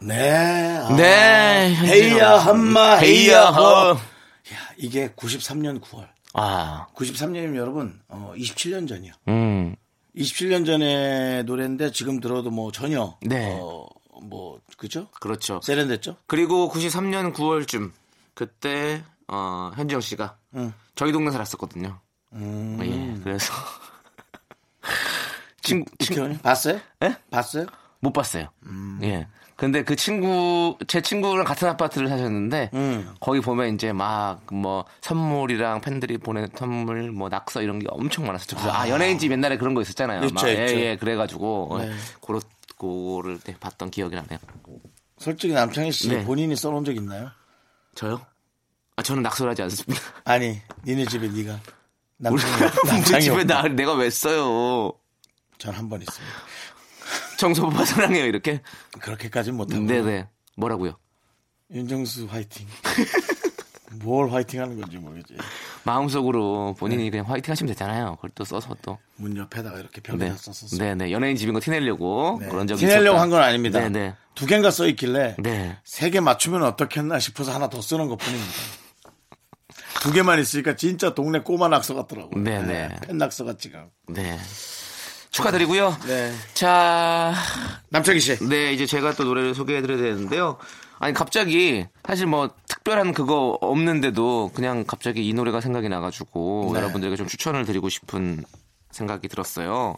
[SPEAKER 1] 네. 아.
[SPEAKER 2] 네, 현진영.
[SPEAKER 1] 헤이야 한마 헤이야
[SPEAKER 2] 헤이야,
[SPEAKER 1] 허.
[SPEAKER 2] 허.
[SPEAKER 1] 야 이게 93년 9월.
[SPEAKER 2] 아.
[SPEAKER 1] 93년이면 여러분 어, 27년 전이요.
[SPEAKER 2] 음.
[SPEAKER 1] 27년 전의 노래인데 지금 들어도 뭐 전혀
[SPEAKER 2] 네.
[SPEAKER 1] 어, 뭐 그죠?
[SPEAKER 2] 그렇죠.
[SPEAKER 1] 세련됐죠?
[SPEAKER 2] 그리고 93년 9월쯤 그때 어, 현지영 씨가
[SPEAKER 1] 응.
[SPEAKER 2] 저희 동네 살았었거든요.
[SPEAKER 1] 음.
[SPEAKER 2] 예, 그래서 친구 친구
[SPEAKER 1] 이태원이? 음. 봤어요?
[SPEAKER 2] 예?
[SPEAKER 1] 봤어요?
[SPEAKER 2] 못 봤어요. 예. 근데 그 친구 제 친구랑 같은 아파트를 사셨는데
[SPEAKER 1] 음.
[SPEAKER 2] 거기 보면 이제 막 뭐 선물이랑 팬들이 보낸 선물 뭐 낙서 이런 게 엄청 많았었죠. 그래서 아, 연예인 집 옛날에 그런 거 있었잖아요.
[SPEAKER 1] 있죠,
[SPEAKER 2] 막 예,
[SPEAKER 1] 있죠.
[SPEAKER 2] 예, 그래가지고
[SPEAKER 1] 네.
[SPEAKER 2] 그렇 고를 때 봤던 기억이 나네요.
[SPEAKER 1] 솔직히 남창희 씨
[SPEAKER 2] 네.
[SPEAKER 1] 본인이 써놓은 적 있나요?
[SPEAKER 2] 저요? 아 저는 낙서를 하지 않습니다.
[SPEAKER 1] 아니 니네 집에 네가
[SPEAKER 2] 우리,
[SPEAKER 1] 음, 남창희
[SPEAKER 2] <laughs> 우리
[SPEAKER 1] 남창희
[SPEAKER 2] 집에
[SPEAKER 1] 없다.
[SPEAKER 2] 나 내가 왜 써요?
[SPEAKER 1] 전한 번 있어요.
[SPEAKER 2] 정서부파 사랑해요 이렇게.
[SPEAKER 1] 그렇게까지는 못하고
[SPEAKER 2] 네네. 뭐라고요?
[SPEAKER 1] 윤정수 화이팅. <laughs> 뭘 화이팅하는 건지 모르겠지.
[SPEAKER 2] 마음속으로
[SPEAKER 1] 네.
[SPEAKER 2] 본인이 그냥 화이팅 하시면 되잖아요. 그걸 또 써서 또.
[SPEAKER 1] 문 옆에다가 이렇게 벽에다
[SPEAKER 2] 네.
[SPEAKER 1] 썼었어.
[SPEAKER 2] 네네. 연예인 집인 거 티내려고 그런 적이
[SPEAKER 1] 네. 티내려고
[SPEAKER 2] 있었다.
[SPEAKER 1] 한 건 아닙니다.
[SPEAKER 2] 네네.
[SPEAKER 1] 두 개인가 써 있길래
[SPEAKER 2] 네.
[SPEAKER 1] 세 개 맞추면 어떻겠나 싶어서 하나 더 쓰는 것 뿐입니다. 두 개만 있으니까 진짜 동네 꼬마 낙서 같더라고요.
[SPEAKER 2] 네네.
[SPEAKER 1] 펜 낙서 같지가 않고.
[SPEAKER 2] 네. 축하드리고요.
[SPEAKER 1] 네.
[SPEAKER 2] 자,
[SPEAKER 1] 남창희 씨.
[SPEAKER 2] 네 이제 제가 또 노래를 소개해드려야 되는데요. 아니 갑자기 사실 뭐 특별한 그거 없는데도 그냥 갑자기 이 노래가 생각이 나가지고
[SPEAKER 1] 네.
[SPEAKER 2] 여러분들에게 좀 추천을 드리고 싶은 생각이 들었어요.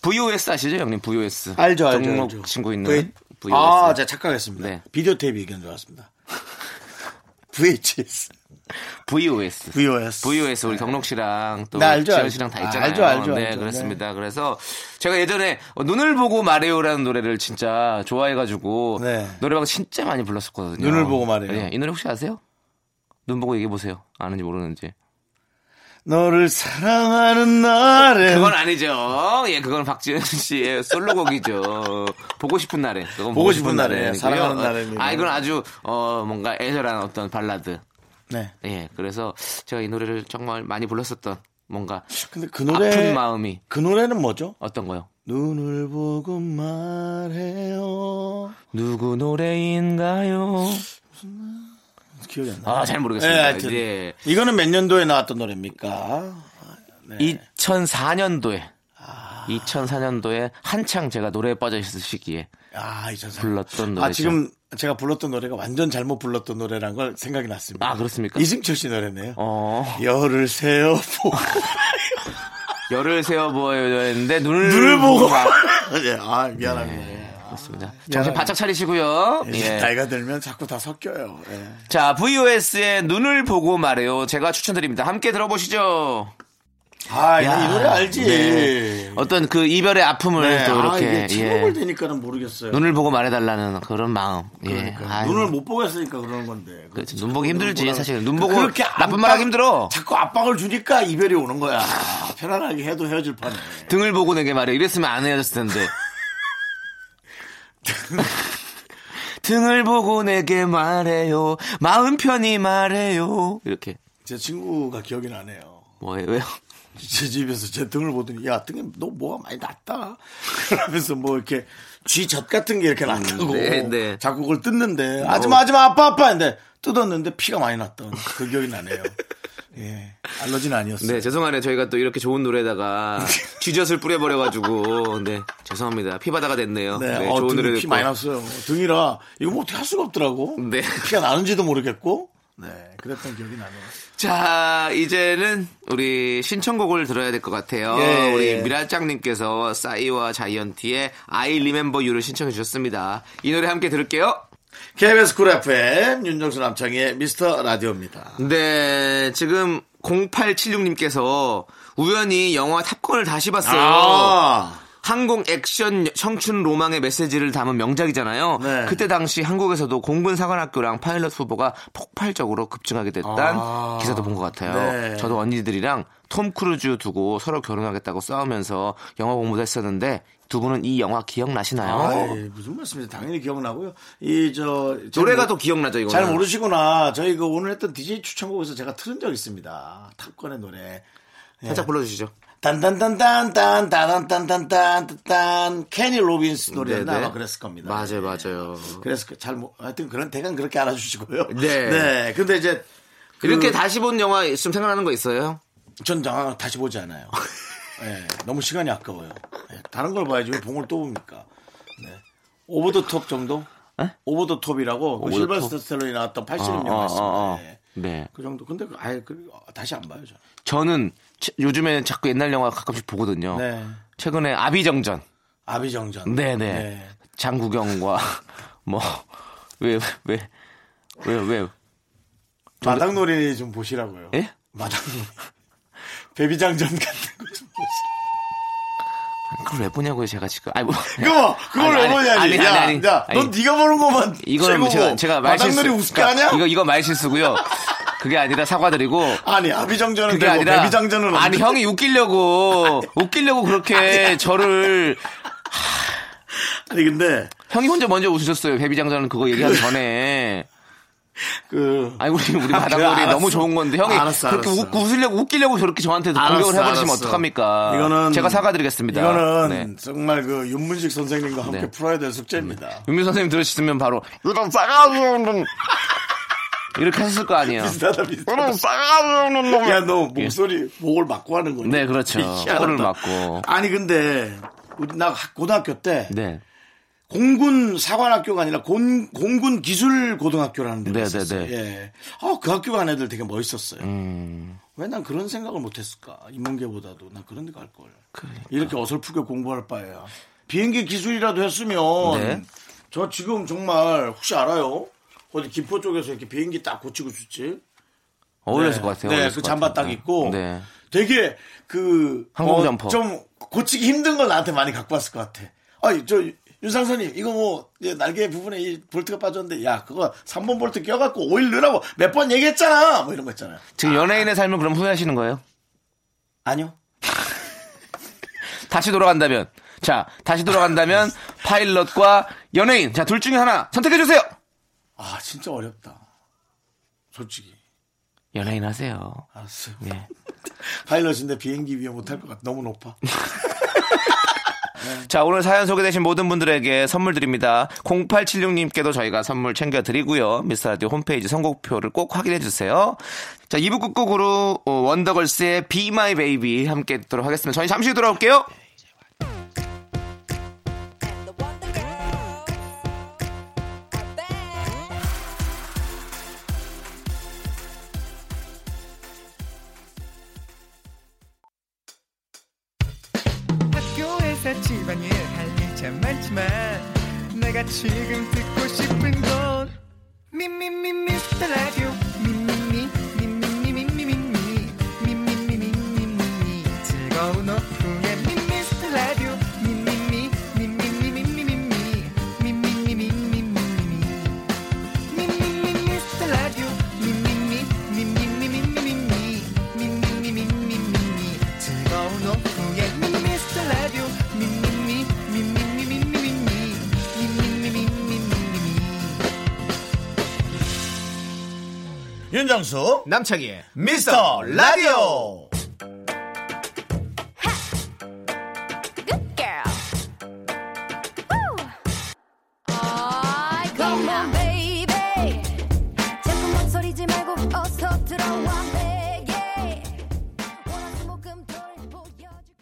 [SPEAKER 2] VOS 아시죠, 형님? VOS.
[SPEAKER 1] 알죠, 알죠.
[SPEAKER 2] 종목
[SPEAKER 1] 알죠.
[SPEAKER 2] 친구
[SPEAKER 1] V-
[SPEAKER 2] 있는 VOS.
[SPEAKER 1] 아, 제가 착각했습니다.
[SPEAKER 2] 네.
[SPEAKER 1] 비디오 테이프 의견 좋았습니다. <laughs> VHS.
[SPEAKER 2] VOS.
[SPEAKER 1] VOS.
[SPEAKER 2] VOS 우리 경록 씨랑 또
[SPEAKER 1] 네, 알죠,
[SPEAKER 2] 지현
[SPEAKER 1] 알죠.
[SPEAKER 2] 씨랑 다
[SPEAKER 1] 아,
[SPEAKER 2] 있잖아요.
[SPEAKER 1] 알죠, 알죠,
[SPEAKER 2] 네,
[SPEAKER 1] 알죠.
[SPEAKER 2] 그렇습니다. 그래서 제가 예전에 어, 눈을 보고 말해요라는 노래를 진짜 좋아해가지고
[SPEAKER 1] 네.
[SPEAKER 2] 노래방 진짜 많이 불렀었거든요.
[SPEAKER 1] 눈을 보고 말해요.
[SPEAKER 2] 네, 이 노래 혹시 아세요? 눈 보고 얘기해 보세요. 아는지 모르는지.
[SPEAKER 1] 너를 사랑하는 날에.
[SPEAKER 2] 그건 아니죠. 예, 그건 박지현 씨의 솔로곡이죠. 보고 싶은 날에. 그건
[SPEAKER 1] 보고 싶은 날에,
[SPEAKER 2] 날에고요.
[SPEAKER 1] 사랑하는 날에입니다.
[SPEAKER 2] 아, 이건 아주 어 뭔가 애절한 어떤 발라드.
[SPEAKER 1] 네.
[SPEAKER 2] 예, 그래서 제가 이 노래를 정말 많이 불렀었던 뭔가
[SPEAKER 1] 근데 그 노래.
[SPEAKER 2] 아픈 마음이
[SPEAKER 1] 그 노래는 뭐죠?
[SPEAKER 2] 어떤 거요?
[SPEAKER 1] 눈을 보고 말해요.
[SPEAKER 2] 누구 노래인가요?
[SPEAKER 1] 기억이 안 나.
[SPEAKER 2] 아, 잘
[SPEAKER 1] 예,
[SPEAKER 2] 모르겠습니다.
[SPEAKER 1] 하여튼.
[SPEAKER 2] 예.
[SPEAKER 1] 이거는 몇 년도에 나왔던 노래입니까? 네.
[SPEAKER 2] 2004년도에
[SPEAKER 1] 아.
[SPEAKER 2] 2004년도에 한창 제가 노래에 빠져 있을 시기에
[SPEAKER 1] 아, 2004년.
[SPEAKER 2] 불렀던
[SPEAKER 1] 아,
[SPEAKER 2] 노래죠.
[SPEAKER 1] 지금 제가 불렀던 노래가 완전 잘못 불렀던 노래란 걸 생각이 났습니다.
[SPEAKER 2] 아, 그렇습니까?
[SPEAKER 1] 이승철 씨 노래네요.
[SPEAKER 2] 어,
[SPEAKER 1] 열을 세어보고. <laughs>
[SPEAKER 2] 열을 세어 보였는데 눈을,
[SPEAKER 1] 눈을 보고.
[SPEAKER 2] 봐.
[SPEAKER 1] 예, 아, 미안합니다. 예.
[SPEAKER 2] 네, 그렇습니다. 정신 바짝 차리시고요.
[SPEAKER 1] 이제
[SPEAKER 2] 예.
[SPEAKER 1] 나이가 들면 자꾸 다 섞여요. 예.
[SPEAKER 2] 자, VOS의 눈을 보고 말해요. 제가 추천드립니다. 함께 들어보시죠.
[SPEAKER 1] 아,
[SPEAKER 2] 야.
[SPEAKER 1] 이 노래 알지.
[SPEAKER 2] 네. 어떤 그 이별의 아픔을
[SPEAKER 1] 네,
[SPEAKER 2] 또 이렇게
[SPEAKER 1] 아, 이게
[SPEAKER 2] 예.
[SPEAKER 1] 제목을 되니까는 모르겠어요.
[SPEAKER 2] 눈을 보고 말해달라는 그런 마음. 예.
[SPEAKER 1] 그러니까.
[SPEAKER 2] 아유.
[SPEAKER 1] 눈을 못 보겠으니까 그러는 건데.
[SPEAKER 2] 그렇지. 눈 보기 힘들지,
[SPEAKER 1] 보라고.
[SPEAKER 2] 사실. 눈 보고
[SPEAKER 1] 그렇게
[SPEAKER 2] 나쁜
[SPEAKER 1] 압박-
[SPEAKER 2] 말 하기 힘들어.
[SPEAKER 1] 자꾸 압박을 주니까 이별이 오는 거야. 아, 편안하게 해도 헤어질 판에.
[SPEAKER 2] 등을 보고 내게 말해. 이랬으면 안 헤어졌을 텐데. <laughs> 등을 보고 내게 말해요. 마음 편히 말해요. 이렇게.
[SPEAKER 1] 제 친구가 기억이 나네요.
[SPEAKER 2] 뭐예요?
[SPEAKER 1] 제 집에서 제 등을 보더니 야 등에 너 뭐가 많이 났다 그러면서 뭐 이렇게 쥐젖 같은 게 이렇게 났다고
[SPEAKER 2] 네, 음, 네.
[SPEAKER 1] 자꾸 그걸 뜯는데 하지마 하지마 아빠 아빠 했는데 뜯었는데 피가 많이 났던 그 기억이 나네요 예 알러지는 아니었어요
[SPEAKER 2] 네, 죄송하네요. 저희가 또 이렇게 좋은 <laughs> 노래에다가 쥐젖을 뿌려버려가지고. 네, 죄송합니다. 피바다가 됐네요.
[SPEAKER 1] 네, 어,
[SPEAKER 2] 좋은 노래
[SPEAKER 1] 등이 피
[SPEAKER 2] 듣고.
[SPEAKER 1] 많이 났어요. 등이라 이거 뭐 어떻게 할 수가 없더라고.
[SPEAKER 2] 네.
[SPEAKER 1] 피가 나는지도 모르겠고. 네, 그랬던 기억이
[SPEAKER 2] <laughs>
[SPEAKER 1] 나네요.
[SPEAKER 2] 자, 이제는 우리 신청곡을 들어야 될 것 같아요.
[SPEAKER 1] 예,
[SPEAKER 2] 우리
[SPEAKER 1] 예.
[SPEAKER 2] 미라짱님께서 싸이와 자이언티의 I Remember You를 신청해 주셨습니다. 이 노래 함께 들을게요.
[SPEAKER 1] KBS 쿨 FM 윤정수 남창의 미스터 라디오입니다.
[SPEAKER 2] 네, 지금 0876님께서 우연히 영화 탑건을 다시 봤어요.
[SPEAKER 1] 아,
[SPEAKER 2] 항공 액션 청춘 로망의 메시지를 담은 명작이잖아요.
[SPEAKER 1] 네.
[SPEAKER 2] 그때 당시 한국에서도 공군 사관학교랑 파일럿 후보가 폭발적으로 급증하게 됐다는
[SPEAKER 1] 아.
[SPEAKER 2] 기사도 본 것 같아요.
[SPEAKER 1] 네.
[SPEAKER 2] 저도 언니들이랑 톰 크루즈 두고 서로 결혼하겠다고 싸우면서 영화 공부도 했었는데 두 분은 이 영화 기억나시나요?
[SPEAKER 1] 아이, 무슨 말씀이세요? 당연히 기억나고요. 이 저뭐
[SPEAKER 2] 노래가 또 기억나죠, 이거.
[SPEAKER 1] 잘 모르시구나. 저희 그 오늘 했던 DJ 추천곡에서 제가 틀은 적 있습니다. 탑건의 노래.
[SPEAKER 2] 살짝 불러주시죠.
[SPEAKER 1] 단단단단단 단단단단단단 케니 로빈스 노래였나
[SPEAKER 2] 네네.
[SPEAKER 1] 아마 그랬을 겁니다.
[SPEAKER 2] 맞아요, 맞아요.
[SPEAKER 1] 그래서 그 잘, 뭐, 하여튼 그런 대강 그렇게 알아주시고요. <laughs>
[SPEAKER 2] 네.
[SPEAKER 1] 네. 근데 이제. 그-
[SPEAKER 2] 이렇게 다시 본 영화 지금 생각나는 거 있어요?
[SPEAKER 1] 전 아, 다시 보지
[SPEAKER 2] <laughs>
[SPEAKER 1] 않아요. 네, 너무 시간이 아까워요. 네, 다른 걸 봐야지 왜 봉을 또 봅니까? 네. 오버 더 톱 정도? 오버 더 톱이라고 그
[SPEAKER 2] 더
[SPEAKER 1] 실버스터
[SPEAKER 2] 톱?
[SPEAKER 1] 스텔론이 나왔던 80년
[SPEAKER 2] 어, 어,
[SPEAKER 1] 영화 있습니다.
[SPEAKER 2] 어, 어.
[SPEAKER 1] 네.
[SPEAKER 2] 네.
[SPEAKER 1] 그 정도. 근데 그- 아예 그, 다시 안 봐요, 저는.
[SPEAKER 2] 저는 치- 요즘에는 자꾸 옛날 영화 가끔씩 보거든요.
[SPEAKER 1] 네.
[SPEAKER 2] 최근에 아비정전.
[SPEAKER 1] 아비정전.
[SPEAKER 2] 어. 네네.
[SPEAKER 1] 네.
[SPEAKER 2] 장국영과 <laughs> 뭐, 뭐왜왜왜 왜 왜
[SPEAKER 1] 마당놀이 좀 보시라고요.
[SPEAKER 2] 예?
[SPEAKER 1] 마당놀이. <laughs> 베비장전 같은 거 좀 보시라고요.
[SPEAKER 2] 그걸 왜 보냐고요 제가 지금. 아니 뭐
[SPEAKER 1] 그거 그걸
[SPEAKER 2] 아니,
[SPEAKER 1] 왜
[SPEAKER 2] 아니,
[SPEAKER 1] 보냐니.
[SPEAKER 2] 아니, 아니,
[SPEAKER 1] 야,
[SPEAKER 2] 아니.
[SPEAKER 1] 야, 넌
[SPEAKER 2] 아니.
[SPEAKER 1] 네가 보는 것만
[SPEAKER 2] 이거는
[SPEAKER 1] 최고고
[SPEAKER 2] 제가 제가 말실수.
[SPEAKER 1] 마당놀이 우습게
[SPEAKER 2] 그러니까
[SPEAKER 1] 하냐?
[SPEAKER 2] 이거 이거 말실수고요. 그게 아니라 사과드리고
[SPEAKER 1] 아니 아비정전은
[SPEAKER 2] 그게
[SPEAKER 1] 되고
[SPEAKER 2] 아니라
[SPEAKER 1] 베비장전은
[SPEAKER 2] 아니
[SPEAKER 1] 뭐 없는데.
[SPEAKER 2] 형이 웃기려고 웃기려고 그렇게 저를
[SPEAKER 1] 아니 근데
[SPEAKER 2] 형이 혼자 먼저 웃으셨어요. 배비장전은 그거 얘기하기 전에.
[SPEAKER 1] 그
[SPEAKER 2] 아니 우리 우리
[SPEAKER 1] 아, 그래,
[SPEAKER 2] 바닥놀이
[SPEAKER 1] 알았어. 아,
[SPEAKER 2] 너무 좋은 건데 형이
[SPEAKER 1] 알았어,
[SPEAKER 2] 그렇게
[SPEAKER 1] 알았어.
[SPEAKER 2] 웃고 웃으려고 웃기려고 저렇게 저한테 도
[SPEAKER 1] 알았어,
[SPEAKER 2] 공격을 해버리시면
[SPEAKER 1] 알았어.
[SPEAKER 2] 어떡합니까?
[SPEAKER 1] 이거는
[SPEAKER 2] 제가 사과드리겠습니다.
[SPEAKER 1] 이거는
[SPEAKER 2] 네.
[SPEAKER 1] 정말 그 윤문식 선생님과 함께
[SPEAKER 2] 네.
[SPEAKER 1] 풀어야 될 숙제입니다. <laughs>
[SPEAKER 2] 윤민 선생님 들으셨으면 바로 이런 싸가지는 놈 이렇게 하셨을 거 아니에요.
[SPEAKER 1] 비슷하다 비슷하다.
[SPEAKER 2] 이런 싸가지는 놈.
[SPEAKER 1] 야 너 목소리 목을 막고 하는 거냐?
[SPEAKER 2] 예. 네
[SPEAKER 1] <laughs>
[SPEAKER 2] 그렇죠.
[SPEAKER 1] 희한하다.
[SPEAKER 2] 코를 막고.
[SPEAKER 1] 아니 근데 우리 나 학- 고등학교 때
[SPEAKER 2] 네.
[SPEAKER 1] 공군 사관학교가 아니라 공, 공군 기술 고등학교라는 데가
[SPEAKER 2] 네,
[SPEAKER 1] 있었어요.
[SPEAKER 2] 네, 네.
[SPEAKER 1] 예. 어, 그 학교 간 애들 되게 멋있었어요.
[SPEAKER 2] 음,
[SPEAKER 1] 왜 난 그런 생각을 못했을까? 인문계보다도 난 그런 데 갈 걸.
[SPEAKER 2] 그러니까.
[SPEAKER 1] 이렇게 어설프게 공부할 바에야 비행기 기술이라도 했으면
[SPEAKER 2] 네.
[SPEAKER 1] 저 지금 정말 혹시 알아요? 어디 김포 쪽에서 이렇게 비행기 딱 고치고 있었지?
[SPEAKER 2] 어울렸을 것 같아요.
[SPEAKER 1] 네,
[SPEAKER 2] 어울렸을
[SPEAKER 1] 그
[SPEAKER 2] 것
[SPEAKER 1] 잠바
[SPEAKER 2] 같아요.
[SPEAKER 1] 딱 입고
[SPEAKER 2] 네.
[SPEAKER 1] 되게 그
[SPEAKER 2] 항공
[SPEAKER 1] 어,
[SPEAKER 2] 점퍼.
[SPEAKER 1] 좀 고치기 힘든 걸 나한테 많이 갖고 왔을 것 같아. 아니 저 윤상선님 이거 뭐 이제 날개 부분에 이 볼트가 빠졌는데 야 그거 3번 볼트 껴갖고 오일 넣으라고 몇 번 얘기했잖아 뭐 이런 거 있잖아요.
[SPEAKER 2] 지금 연예인의 삶을 그럼 후회하시는 거예요?
[SPEAKER 1] 아니요.
[SPEAKER 2] 다시 돌아간다면 자
[SPEAKER 1] <laughs>
[SPEAKER 2] 다시 돌아간다면 파일럿과 연예인 자 둘 중에 하나 선택해 주세요.
[SPEAKER 1] 아 진짜 어렵다. 솔직히
[SPEAKER 2] 연예인 하세요.
[SPEAKER 1] 알았어요.
[SPEAKER 2] 네.
[SPEAKER 1] 파일럿인데 비행기 위에 못할 것 같아. 너무 높아.
[SPEAKER 2] <laughs> 자, 오늘 사연 소개되신 모든 분들에게 선물 드립니다. 0876님께도 저희가 선물 챙겨드리고요. 미스터라디오 홈페이지 선곡표를 꼭 확인해주세요. 자, 2부 끝곡으로 어, 원더걸스의 Be My Baby 함께 듣도록 하겠습니다. 저희 잠시 후 돌아올게요.
[SPEAKER 7] 학교에서 집안일 할 일 참 많지만 내가 지금 듣고 싶은 건 미미미 미스터 라디오 미미미 미미미 미미미 미미미 미미미 미미미 즐거운 오후에 미미스터 라디오 미미미 미미미 미미미 미미미 미미미 미미미
[SPEAKER 1] 윤정수
[SPEAKER 2] 남창희의
[SPEAKER 1] 미스터 라디오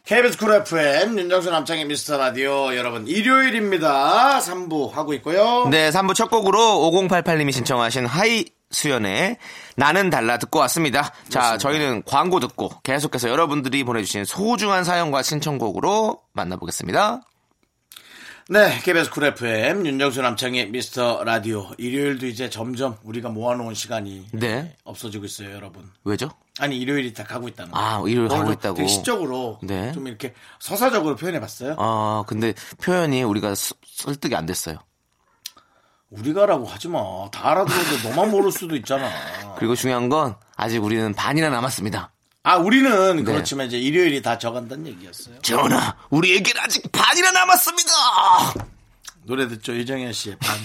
[SPEAKER 1] KBS 쿨 FM 윤정수 남창의 미스터 라디오 여러분 일요일입니다. 3부 하고 있고요.
[SPEAKER 2] 네, 3부 첫 곡으로 5088님이 신청하신 하이 수연의 나는 달라 듣고 왔습니다. 자, 저희는 광고 듣고 계속해서 여러분들이 보내주신 소중한 사연과 신청곡으로 만나보겠습니다.
[SPEAKER 1] 네, KBS 쿨 FM 윤정수 남창의 미스터 라디오 일요일도 이제 점점 우리가 모아놓은 시간이
[SPEAKER 2] 네.
[SPEAKER 1] 없어지고 있어요, 여러분.
[SPEAKER 2] 왜죠?
[SPEAKER 1] 아니 일요일이 다 가고 있다는 거.
[SPEAKER 2] 아, 일요일 가고
[SPEAKER 1] 오늘도
[SPEAKER 2] 있다고.
[SPEAKER 1] 되게 시적으로
[SPEAKER 2] 네.
[SPEAKER 1] 좀 이렇게 서사적으로 표현해봤어요.
[SPEAKER 2] 아, 근데 표현이 우리가 수- 설득이 안 됐어요.
[SPEAKER 1] 우리가라고 하지 마. 다 알아들어도 너만 모를 수도 있잖아.
[SPEAKER 2] 그리고 중요한 건 아직 우리는 반이나 남았습니다.
[SPEAKER 1] 아,
[SPEAKER 2] 네.
[SPEAKER 1] 우리는 그렇지만 이제 일요일이 다 저간다는 얘기였어요.
[SPEAKER 2] 전하, 우리에겐 아직 반이나 남았습니다!
[SPEAKER 1] 노래 듣죠, 이정현 씨의 반.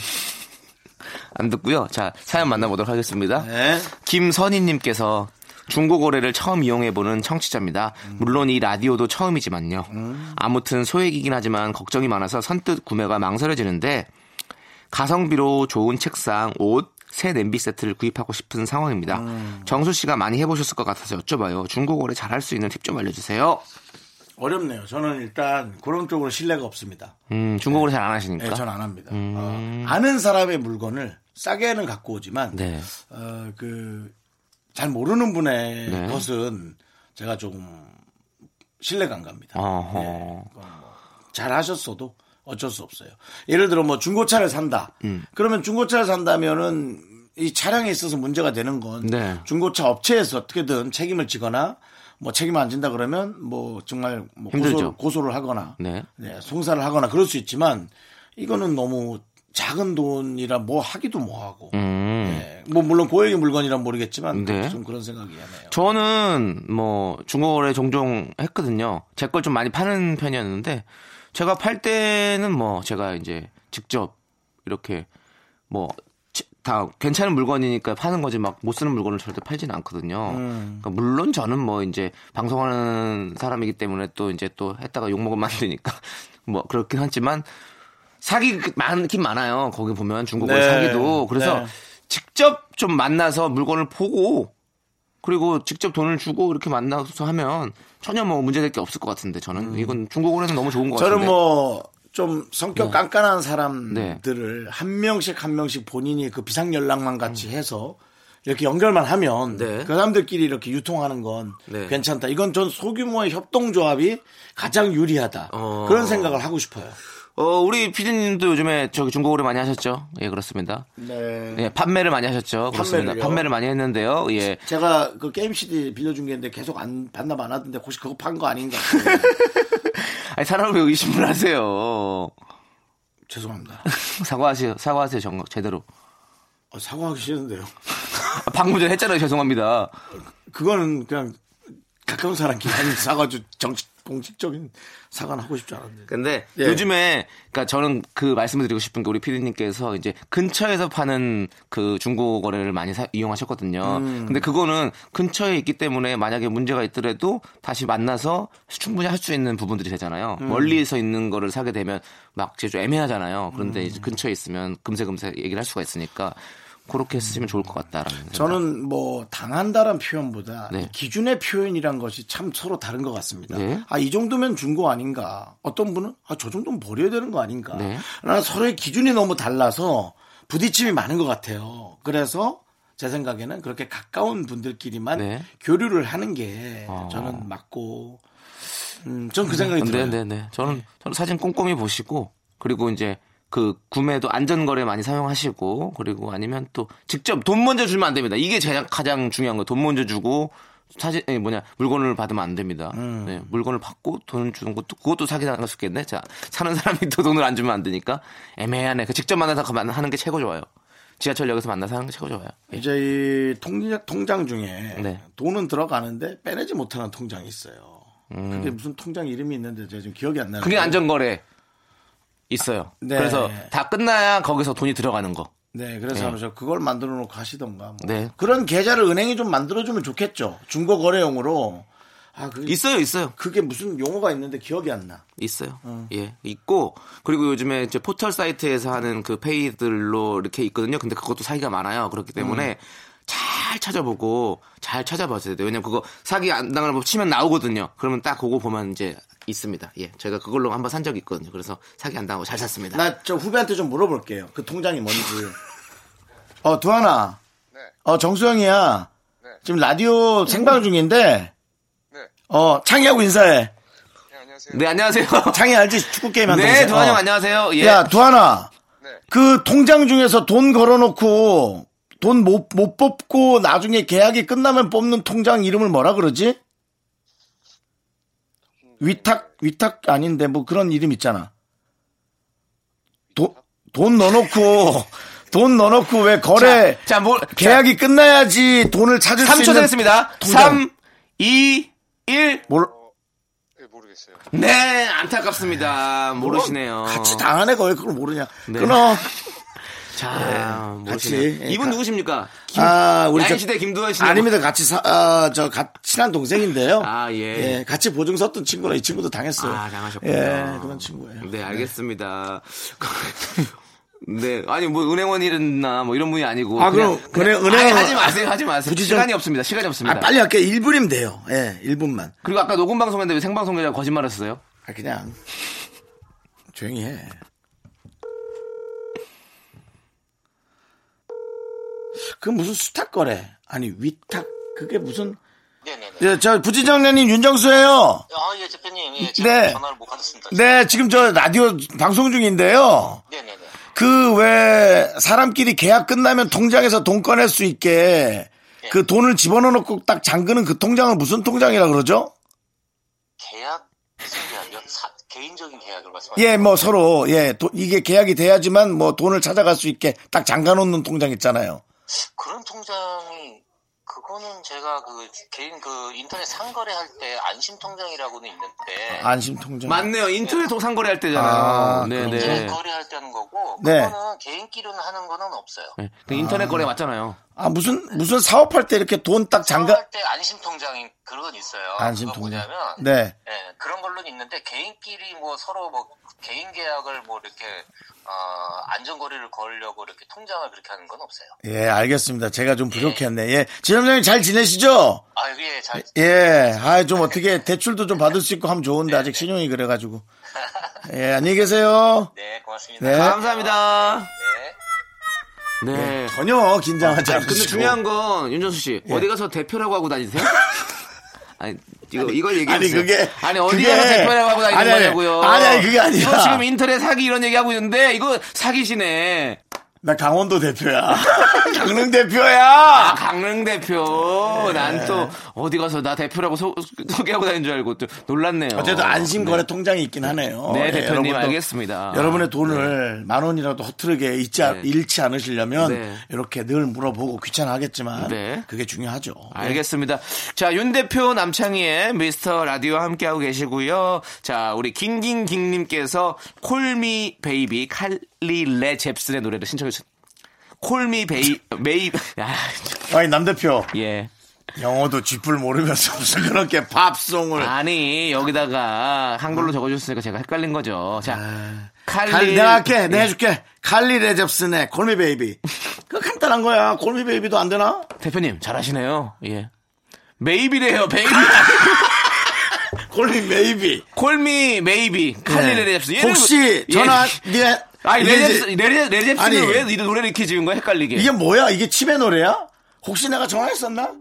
[SPEAKER 2] 안 듣고요. 자, 사연 만나보도록 하겠습니다.
[SPEAKER 1] 네.
[SPEAKER 2] 김선희님께서 중고거래를 처음 이용해보는 청취자입니다. 물론 이 라디오도 처음이지만요. 아무튼 소액이긴 하지만 걱정이 많아서 선뜻 구매가 망설여지는데 가성비로 좋은 책상, 옷, 새 냄비 세트를 구입하고 싶은 상황입니다. 정수 씨가 많이 해보셨을 것 같아서 여쭤봐요. 중고거래 잘할 수 있는 팁 좀 알려주세요.
[SPEAKER 1] 어렵네요. 저는 일단 그런 쪽으로 신뢰가 없습니다.
[SPEAKER 2] 음, 중고거래 잘 안
[SPEAKER 1] 예,
[SPEAKER 2] 하시니까. 음.
[SPEAKER 1] 전 안 합니다. 어, 아는 사람의 물건을 싸게는 갖고 오지만,
[SPEAKER 2] 네.
[SPEAKER 1] 어, 그, 잘 모르는 분의
[SPEAKER 2] 네.
[SPEAKER 1] 것은 제가 조금 신뢰가 안 갑니다. 네.
[SPEAKER 2] 어허.
[SPEAKER 1] 잘 하셨어도 어쩔 수 없어요. 예를 들어 뭐 중고차를 산다.
[SPEAKER 2] 음.
[SPEAKER 1] 그러면 중고차를 산다면은 이 차량에 있어서 문제가 되는 건
[SPEAKER 2] 네.
[SPEAKER 1] 중고차 업체에서 어떻게든 책임을 지거나 뭐 책임 안 진다 그러면 뭐 정말 뭐
[SPEAKER 2] 힘들죠.
[SPEAKER 1] 고소, 를 하거나
[SPEAKER 2] 네.
[SPEAKER 1] 네, 송사를 하거나 그럴 수 있지만 이거는 너무 작은 돈이라 뭐 하기도 뭐하고
[SPEAKER 2] 음.
[SPEAKER 1] 네, 뭐 물론 고액의 물건이란 모르겠지만
[SPEAKER 2] 네.
[SPEAKER 1] 좀 그런 생각이 하네요.
[SPEAKER 2] 저는 뭐 중고거래 종종 했거든요. 제 걸 좀 많이 파는 편이었는데 제가 팔 때는 뭐 제가 이제 직접 이렇게 뭐 다 괜찮은 물건이니까 파는 거지 막 못 쓰는 물건을 절대 팔지는 않거든요.
[SPEAKER 1] 음.
[SPEAKER 2] 그러니까 물론 저는 뭐 이제 방송하는 사람이기 때문에 또 이제 또 했다가 욕 먹으면 안 되니까 <laughs> 뭐 그렇긴 하지만 사기 많긴 많아요. 거기 보면 중고거래
[SPEAKER 1] 네.
[SPEAKER 2] 사기도 그래서
[SPEAKER 1] 네.
[SPEAKER 2] 직접 좀 만나서 물건을 보고 그리고 직접 돈을 주고 이렇게 만나서 하면 전혀 뭐 문제될 게 없을 것 같은데 저는 이건 중고거래는 너무 좋은 것
[SPEAKER 1] 음. 저는
[SPEAKER 2] 같은데.
[SPEAKER 1] 뭐 좀 성격 깐깐한
[SPEAKER 2] 네.
[SPEAKER 1] 사람들을 한 명씩 한 명씩 본인이 그 비상 연락만 같이 해서 이렇게 연결만 하면
[SPEAKER 2] 네.
[SPEAKER 1] 그 사람들끼리 이렇게 유통하는 건
[SPEAKER 2] 네.
[SPEAKER 1] 괜찮다. 이건 전 소규모의 협동조합이 가장 유리하다.
[SPEAKER 2] 어.
[SPEAKER 1] 그런 생각을 하고 싶어요.
[SPEAKER 2] 어 우리 피디님도 요즘에 저기 중고거래 많이 하셨죠? 예 그렇습니다.
[SPEAKER 1] 네.
[SPEAKER 2] 예 판매를 많이 하셨죠? 그렇습니다.
[SPEAKER 1] 판매를요?
[SPEAKER 2] 판매를 많이 했는데요. 예
[SPEAKER 1] 제가 그 게임 CD 빌려준 게 있는데 계속 안 반납 안 하던데 혹시 그거 판 거
[SPEAKER 2] <laughs>
[SPEAKER 1] 아닌가? 싶어요.
[SPEAKER 2] 아니 사람을 왜 의심을 하세요?
[SPEAKER 1] 죄송합니다.
[SPEAKER 2] 사과하세요. 사과하세요. 정말 제대로.
[SPEAKER 1] 어, 사과하기 싫은데요.
[SPEAKER 2] 아, 방금 전에 했잖아요. 죄송합니다.
[SPEAKER 1] 그거는 그냥 가까운 사람끼리 <laughs> 아니 사과주 정식 공식적인 사과는 하고 싶지 않았는데.
[SPEAKER 2] 근데
[SPEAKER 1] 예.
[SPEAKER 2] 요즘에 그러니까 저는 그 말씀을 드리고 싶은 게 우리 피디님께서 이제 근처에서 파는 그 중고 거래를 많이 사- 이용하셨거든요. 근데 그거는 근처에 있기 때문에 만약에 문제가 있더라도 다시 만나서 충분히 할 수 있는 부분들이 되잖아요. 멀리서 있는 거를 사게 되면 막 이제 좀 애매하잖아요. 그런데 이제 근처에 있으면 금세금세 얘기를 할 수가 있으니까 그렇게 쓰시면 좋을 것 같다라는. 생각.
[SPEAKER 1] 저는 뭐 당한다란 표현보다
[SPEAKER 2] 네.
[SPEAKER 1] 이 기준의 표현이란 것이 참 서로 다른 것 같습니다.
[SPEAKER 2] 네.
[SPEAKER 1] 아 이 정도면 중고 아닌가? 어떤 분은 아 저 정도면 버려야 되는 거 아닌가?
[SPEAKER 2] 네.
[SPEAKER 1] 나 서로의 기준이 너무 달라서 부딪힘이 많은 것 같아요. 그래서 제 생각에는 그렇게 가까운 분들끼리만
[SPEAKER 2] 네.
[SPEAKER 1] 교류를 하는 게
[SPEAKER 2] 어.
[SPEAKER 1] 저는 맞고 음, 전 그 생각이 들어요.
[SPEAKER 2] 네, 네, 네. 저는, 저는 사진 꼼꼼히 보시고 그리고 이제 그 구매도 안전거래 많이 사용하시고 그리고 아니면 또 직접 돈 먼저 주면 안 됩니다. 이게 제가 가장 중요한 거. 돈 먼저 주고 사진 아니, 뭐냐 물건을 받으면 안 됩니다.
[SPEAKER 1] 음.
[SPEAKER 2] 네, 물건을 받고 돈을 주는 것도 그것도 사기 당할 수 있겠네. 자 사는 사람이 또 돈을 안 주면 안 되니까 애매하네. 그 직접 만나서 그 만나- 하는 게 최고 좋아요. 지하철역에서 만나서 하는 게 최고 좋아요. 예.
[SPEAKER 1] 이제 이 통장, 통장 중에
[SPEAKER 2] 네.
[SPEAKER 1] 돈은 들어가는데 빼내지 못하는 통장이 있어요. 그게 무슨 통장 이름이 있는데 제가 지금 기억이 안 나는데.
[SPEAKER 2] 음. 그게 안전거래 있어요.
[SPEAKER 1] 네.
[SPEAKER 2] 그래서 다 끝나야 거기서 돈이 들어가는 거.
[SPEAKER 1] 네, 그래서
[SPEAKER 2] 네.
[SPEAKER 1] 하면서 그걸 만들어 놓고 하시던가. 뭐.
[SPEAKER 2] 네.
[SPEAKER 1] 그런 계좌를 은행이 좀 만들어 주면 좋겠죠. 중고 거래용으로. 아, 그게,
[SPEAKER 2] 있어요, 있어요.
[SPEAKER 1] 그게 무슨 용어가 있는데 기억이 안 나.
[SPEAKER 2] 있어요. 예, 있고 그리고 요즘에 이제 포털
[SPEAKER 1] 음.
[SPEAKER 2] 사이트에서 하는 그 페이들로 이렇게 있거든요. 근데 그것도 사기가 많아요. 그렇기 때문에 잘 잘 찾아보고 잘 찾아봐야 돼요. 왜냐면 그거 사기 안 당하는 법 치면 나오거든요. 그러면 딱 그거 보면 이제 있습니다. 예. 저희가 그걸로 한번 산 적이 있거든요. 그래서 사기 안 당하고 잘 샀습니다.
[SPEAKER 1] 나 저 후배한테 좀 물어볼게요. 그 통장이 뭔지. 어, 두하나. 어, 정수영이야. 지금 라디오 생방 중인데. 어, 창희하고 인사해.
[SPEAKER 2] 네, 안녕하세요.
[SPEAKER 1] 창희 알지? 축구 게임 한다고.
[SPEAKER 2] 네, 도환 형 안녕하세요. 예.
[SPEAKER 1] 어. 야, 두하나. 그 통장 중에서 돈 걸어놓고 돈 못 못 뽑고 나중에 계약이 끝나면 뽑는 통장 이름을 뭐라 그러지? 위탁 위탁 아닌데 뭐 그런 이름 있잖아. 돈 돈 넣어놓고 <laughs> 돈 넣어놓고 왜 거래
[SPEAKER 2] 자, 자, 뭘
[SPEAKER 1] 계약이 끝나야지 돈을 찾을 수
[SPEAKER 2] 3초
[SPEAKER 1] 있는
[SPEAKER 2] 됐습니다.
[SPEAKER 1] 통장.
[SPEAKER 2] 3 2 1
[SPEAKER 1] 뭘
[SPEAKER 2] 네, 안타깝습니다. 모르시네요.
[SPEAKER 1] 어? 같이 아, 당하네 거왜 그걸 모르냐?
[SPEAKER 2] 네.
[SPEAKER 1] 끊어.
[SPEAKER 2] 자,
[SPEAKER 1] 네,
[SPEAKER 2] 모르시네요.
[SPEAKER 1] 같이.
[SPEAKER 2] 이분 누구십니까? 김,
[SPEAKER 1] 아 우리 저-
[SPEAKER 2] 야인시대 김두현 씨.
[SPEAKER 1] 아닙니다. 같이 사, 아, 저 가- 친한 동생인데요.
[SPEAKER 2] 아, 예.
[SPEAKER 1] 같이 보증 섰던 친구라 이 친구도 당했어요.
[SPEAKER 2] 아, 당하셨군요.
[SPEAKER 1] 예, 그런 친구예요.
[SPEAKER 2] 네, 알겠습니다. <laughs> 네, 아니 뭐 은행원이나 뭐 이런 분이 아니고.
[SPEAKER 1] 아,
[SPEAKER 2] 그냥-
[SPEAKER 1] 그럼 은행-
[SPEAKER 2] 아니,
[SPEAKER 1] 은행원-
[SPEAKER 2] 하지 마세요, 하지 마세요.
[SPEAKER 1] 굳이 좀-
[SPEAKER 2] 시간이 없습니다. 시간이 없습니다.
[SPEAKER 1] 아, 빨리 할게요. 1분이면 돼요. 예, 1분만.
[SPEAKER 2] 그리고 아까 녹음 방송했는데 왜 생방송이라고 거짓말했어요?
[SPEAKER 1] 아, 그냥 조용히 해. 그 무슨 수탁 거래? 아니 위탁 그게 무슨?
[SPEAKER 8] 네네네.
[SPEAKER 1] 예, 저 부지정련님 윤정수예요.
[SPEAKER 8] 아, 예, 대표님. 예, 제가
[SPEAKER 1] 네.
[SPEAKER 8] 전화를 못 받았습니다.
[SPEAKER 1] 네, 지금 저 라디오 방송 중인데요.
[SPEAKER 8] 네네네.
[SPEAKER 1] 그 왜 사람끼리 계약 끝나면 통장에서 돈 꺼낼 수 있게
[SPEAKER 8] 예.
[SPEAKER 1] 그 돈을 집어넣어놓고 딱 잠그는 그 통장을 무슨 통장이라 그러죠?
[SPEAKER 8] 계약, 무슨 계약이요? 사- 개인적인 계약을 말씀하시는
[SPEAKER 1] 예, 뭐 서로 예 도- 이게 계약이 돼야지만 뭐 돈을 찾아갈 수 있게 딱 잠가놓는 통장 있잖아요.
[SPEAKER 8] 그런 통장이, 그거는 제가 그 개인 그 인터넷 상거래 할 때 안심통장이라고는 있는데.
[SPEAKER 1] 안심 통장.
[SPEAKER 2] 맞네요. 인터넷 통상거래 할 때잖아요.
[SPEAKER 1] 아,
[SPEAKER 2] 네,
[SPEAKER 8] 개인
[SPEAKER 2] 네.
[SPEAKER 8] 거래할 때 하는 거고,
[SPEAKER 1] 네.
[SPEAKER 8] 그거는 개인끼리는 하는 거는 없어요.
[SPEAKER 2] 네, 그 인터넷 거래 맞잖아요.
[SPEAKER 1] 아 무슨 무슨 사업할 때 이렇게 돈 딱 잠가.
[SPEAKER 8] 상거래할 때 안심통장인 그건 있어요.
[SPEAKER 1] 안심
[SPEAKER 8] 그건
[SPEAKER 1] 통장.
[SPEAKER 8] 뭐냐면,
[SPEAKER 1] 네.
[SPEAKER 8] 예, 그런 걸로는 있는데 개인끼리 뭐 서로 뭐 개인 계약을 뭐 이렇게 어, 안전거리를 걸려고 이렇게 통장을 그렇게 하는 건 없어요.
[SPEAKER 1] 예, 알겠습니다. 제가 좀 부족했네. 예, 지점장님 잘 지내시죠?
[SPEAKER 8] 아, 예, 잘
[SPEAKER 1] 예, 아, 좀 어떻게 대출도 좀 받을 수 있고 하면
[SPEAKER 8] 네,
[SPEAKER 1] 좋은데 아직 신용이
[SPEAKER 8] <laughs>
[SPEAKER 1] 그래가지고. 예, 안녕히 계세요.
[SPEAKER 8] 네, 고맙습니다.
[SPEAKER 1] 네.
[SPEAKER 2] 감사합니다.
[SPEAKER 8] 네.
[SPEAKER 2] 네.
[SPEAKER 1] 전혀 긴장하지 않으시고.
[SPEAKER 2] 근데 중요한 건 윤정수 씨
[SPEAKER 1] 예.
[SPEAKER 2] 어디 가서 대표라고
[SPEAKER 1] <laughs>
[SPEAKER 2] 하고 다니세요? 아니 이거 이걸 얘기해
[SPEAKER 1] 아니,
[SPEAKER 2] 주세요.
[SPEAKER 1] 그게-
[SPEAKER 2] 아니 어디
[SPEAKER 1] 그게-
[SPEAKER 2] 가서 대표라고 하고 다니는
[SPEAKER 1] 아니, 아니.
[SPEAKER 2] 거냐고요.
[SPEAKER 1] 아니, 아니, 그게 아니라.
[SPEAKER 2] 이거 지금 인터넷 사기 이런 얘기 하고 있는데 이거 사기시네.
[SPEAKER 1] 나 강원도
[SPEAKER 2] <laughs>
[SPEAKER 1] 대표야. 강릉 대표야.
[SPEAKER 2] 아 강릉 대표
[SPEAKER 1] 예.
[SPEAKER 2] 난 또 어디 가서 나 대표라고 소, 개하고 다니는 줄 알고 또 놀랐네요.
[SPEAKER 1] 어쨌든 안심거래 통장이 있긴 하네요.
[SPEAKER 2] 네,
[SPEAKER 1] 예,
[SPEAKER 2] 대표님,
[SPEAKER 1] 여러분도
[SPEAKER 2] 알겠습니다.
[SPEAKER 1] 여러분의 돈을 만 원이라도 허투르게 잊지, 않-
[SPEAKER 2] 네.
[SPEAKER 1] 잃지 않으시려면
[SPEAKER 2] 네.
[SPEAKER 1] 이렇게 늘 물어보고 귀찮아하겠지만
[SPEAKER 2] 네.
[SPEAKER 1] 그게 중요하죠.
[SPEAKER 2] 알겠습니다. 자, 윤 대표 남창희의 미스터 라디오와 함께하고 계시고요. 자, 우리 김김김님께서 콜미 베이비 칼리레 잽슨의 노래를 신청해 주셨 콜미 베이 메이 아,
[SPEAKER 1] 아니 남 대표
[SPEAKER 2] 예.
[SPEAKER 1] 영어도 쥐뿔 모르면서 <laughs> 무슨 그렇게 팝송을
[SPEAKER 2] 아니, 여기다가 한글로 적어 줬으니까 제가 헷갈린 거죠. 자. 칼리
[SPEAKER 1] 아,
[SPEAKER 2] 예,
[SPEAKER 1] 칼,
[SPEAKER 2] 네.
[SPEAKER 1] 내가 할게 내가 해줄게 칼리 레접슨의 골미 베이비 그 간단한 거야 골미 베이비도 안 되나?
[SPEAKER 2] 대표님 잘하시네요. 예. 메이비래요. 베이비.
[SPEAKER 1] 골미 베이비
[SPEAKER 2] 콜미 메이비 칼리레 잽슨. 얘는-
[SPEAKER 1] 네. 혹시
[SPEAKER 2] 예.
[SPEAKER 1] 전화 네
[SPEAKER 2] 아니
[SPEAKER 1] 이게 이제-
[SPEAKER 2] 레잽슨 레-
[SPEAKER 1] 아니.
[SPEAKER 2] 레잽슨은 왜이 노래를 이렇게 지은 거야 헷갈리게
[SPEAKER 1] 이게 뭐야? 이게 치매 노래야? 혹시 내가 전화했었나?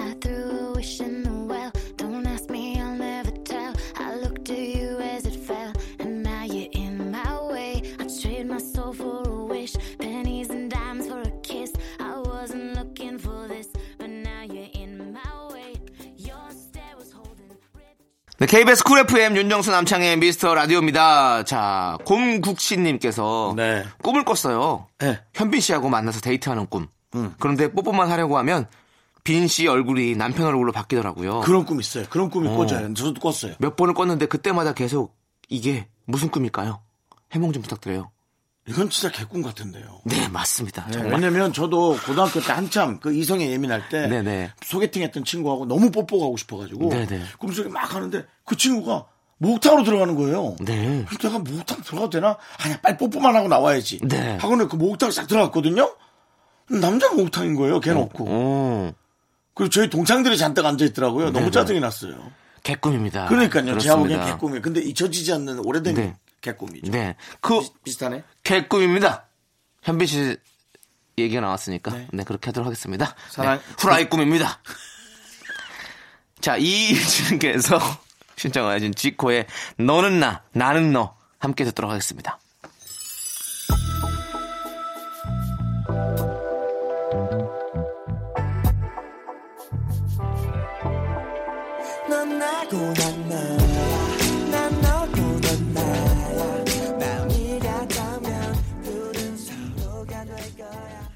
[SPEAKER 6] I threw a wish in the well. Don't ask me, I'll never tell. I looked to you as it fell, and now you're in my way. I trade my soul for a wish, pennies and dimes for a kiss. I wasn't looking for this, but now you're in my way. Your stare was holding.
[SPEAKER 2] 네, KBS 쿨 FM 윤정수 남창의 미스터 라디오입니다 자 곰국씨님께서
[SPEAKER 1] 네.
[SPEAKER 2] 꿈을 꿨어요
[SPEAKER 1] 네. 음.
[SPEAKER 2] 현빈씨하고 만나서 데이트하는 꿈 그런데 뽀뽀만 하려고 하면 빈씨 얼굴이 남편 얼굴로 바뀌더라고요
[SPEAKER 1] 그런 꿈 있어요. 그런 꿈이 꽂아요. 저도 꿨어요.
[SPEAKER 2] 몇 번을 꿨는데 그때마다 계속 이게 무슨 꿈일까요? 해몽 좀 부탁드려요
[SPEAKER 1] 이건 진짜 개꿈 같은데요.
[SPEAKER 2] 네 맞습니다 정말
[SPEAKER 1] 왜냐면 저도 고등학교 때 한참 그 이성에 예민할 때
[SPEAKER 2] 네네.
[SPEAKER 1] 소개팅했던 친구하고 너무 뽀뽀하고 싶어가지고
[SPEAKER 2] 네네.
[SPEAKER 1] 꿈속에 막 하는데 그 친구가 목욕탕으로 들어가는 거예요.
[SPEAKER 2] 네.
[SPEAKER 1] 그래서 내가 목욕탕 들어가도 되나? 아니야 빨리 뽀뽀만 하고 나와야지.
[SPEAKER 2] 네.
[SPEAKER 1] 하고는 그 목욕탕 싹 들어갔거든요. 남자 목욕탕인 거예요.
[SPEAKER 2] 어.
[SPEAKER 1] 걔는 없고.
[SPEAKER 2] 오,
[SPEAKER 1] 그리고 저희 동창들이 잔뜩 앉아 있더라고요. 너무 짜증이 났어요.
[SPEAKER 2] 개꿈입니다.
[SPEAKER 1] 그러니까요. 제가 보기엔
[SPEAKER 2] 아, 그렇습니다.
[SPEAKER 1] 개꿈이에요. 근데 잊혀지지 않는 오래된
[SPEAKER 2] 네.
[SPEAKER 1] 개꿈이죠.
[SPEAKER 2] 네. 그
[SPEAKER 1] 비슷하네.
[SPEAKER 2] 개꿈입니다. 현빈 씨 얘기가 나왔으니까 네, 그렇게 하도록 하겠습니다.
[SPEAKER 1] 사랑-
[SPEAKER 2] 네, 후라이 꿈입니다. <laughs> 자, 이일진께서 <laughs> 신청하신 지코의 너는 나, 나는 너 함께 듣도록 하겠습니다.
[SPEAKER 7] 넌 나고 난 나야 난 너고 넌 나야 마음이 같다면 둘은 서로가 될 거야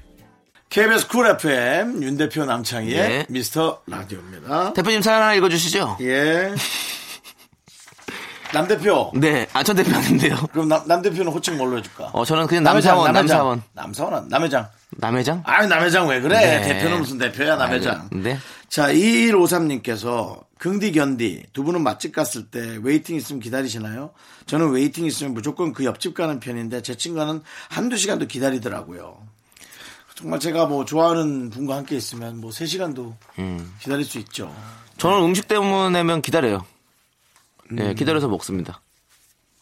[SPEAKER 1] KBS 쿨 FM 윤 대표 남창희의
[SPEAKER 2] 네.
[SPEAKER 1] 미스터 라디오입니다.
[SPEAKER 2] 대표님 사연 하나 읽어주시죠. <laughs>
[SPEAKER 1] 예. 남 대표.
[SPEAKER 2] 네, 아, 전 대표 아닌데요.
[SPEAKER 1] 그럼 남, 남 대표는 호칭 뭘로 해줄까?
[SPEAKER 2] 어, 저는 그냥 남사원, 남사원.
[SPEAKER 1] 남사원, 안- 남회장.
[SPEAKER 2] 남회장?
[SPEAKER 1] 아유, 남회장 왜 그래?
[SPEAKER 2] 네.
[SPEAKER 1] 대표는 무슨 대표야, 남회장.
[SPEAKER 2] 아니, 네.
[SPEAKER 1] 자, 2153님께서 긍디 견디 두 분은 맛집 갔을 때 웨이팅 있으면 기다리시나요? 저는 웨이팅 있으면 무조건 그 옆집 가는 편인데 제 친구는 한두 시간도 기다리더라고요. 정말 제가 뭐 좋아하는 분과 함께 있으면 뭐 세시간도
[SPEAKER 2] 음.
[SPEAKER 1] 기다릴 수 있죠.
[SPEAKER 2] 저는 음식 때문에면 기다려요. 예, 기다려서 먹습니다.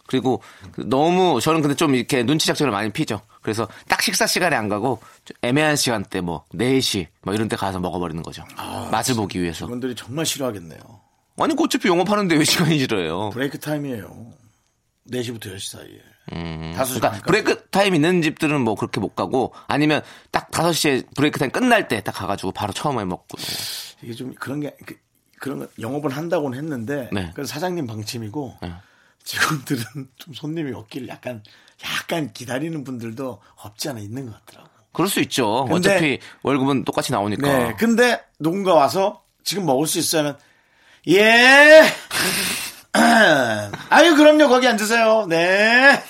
[SPEAKER 2] 그리고 그 너무 저는 근데 좀 이렇게 눈치 작전을 많이 피죠. 그래서 딱 식사 시간에 안 가고 좀 애매한 시간대 뭐 4시 뭐 이런 데 가서 먹어버리는 거죠. 맛을 보기 위해서.
[SPEAKER 1] 직원들이 정말 싫어하겠네요.
[SPEAKER 2] 아, 아니 그 어차피 영업하는데 왜 시간이 길어요?
[SPEAKER 1] 브레이크 타임이에요. 4시부터 10시 사이에. 다섯 시간
[SPEAKER 2] 그러니까 브레이크 타임 있는 집들은 뭐 그렇게 못 가고 아니면 딱 5시에 브레이크 타임 끝날 때 딱 가가지고 바로 처음에 먹고.
[SPEAKER 1] 이게 좀 그런 게 그, 런 영업을 한다고는 했는데
[SPEAKER 2] 네.
[SPEAKER 1] 그건 사장님 방침이고
[SPEAKER 2] 네.
[SPEAKER 1] 직원들은 <laughs> 좀 손님이 없길 약간 약간 기다리는 분들도 없지 않아 있는 것 같더라고.
[SPEAKER 2] 그럴 수 있죠.
[SPEAKER 1] 근데-
[SPEAKER 2] 어차피 월급은 똑같이 나오니까.
[SPEAKER 1] 네. 근데 누군가 와서 지금 먹을 수 있으면 예. <laughs> 아유 그럼요 거기 앉으세요. 네.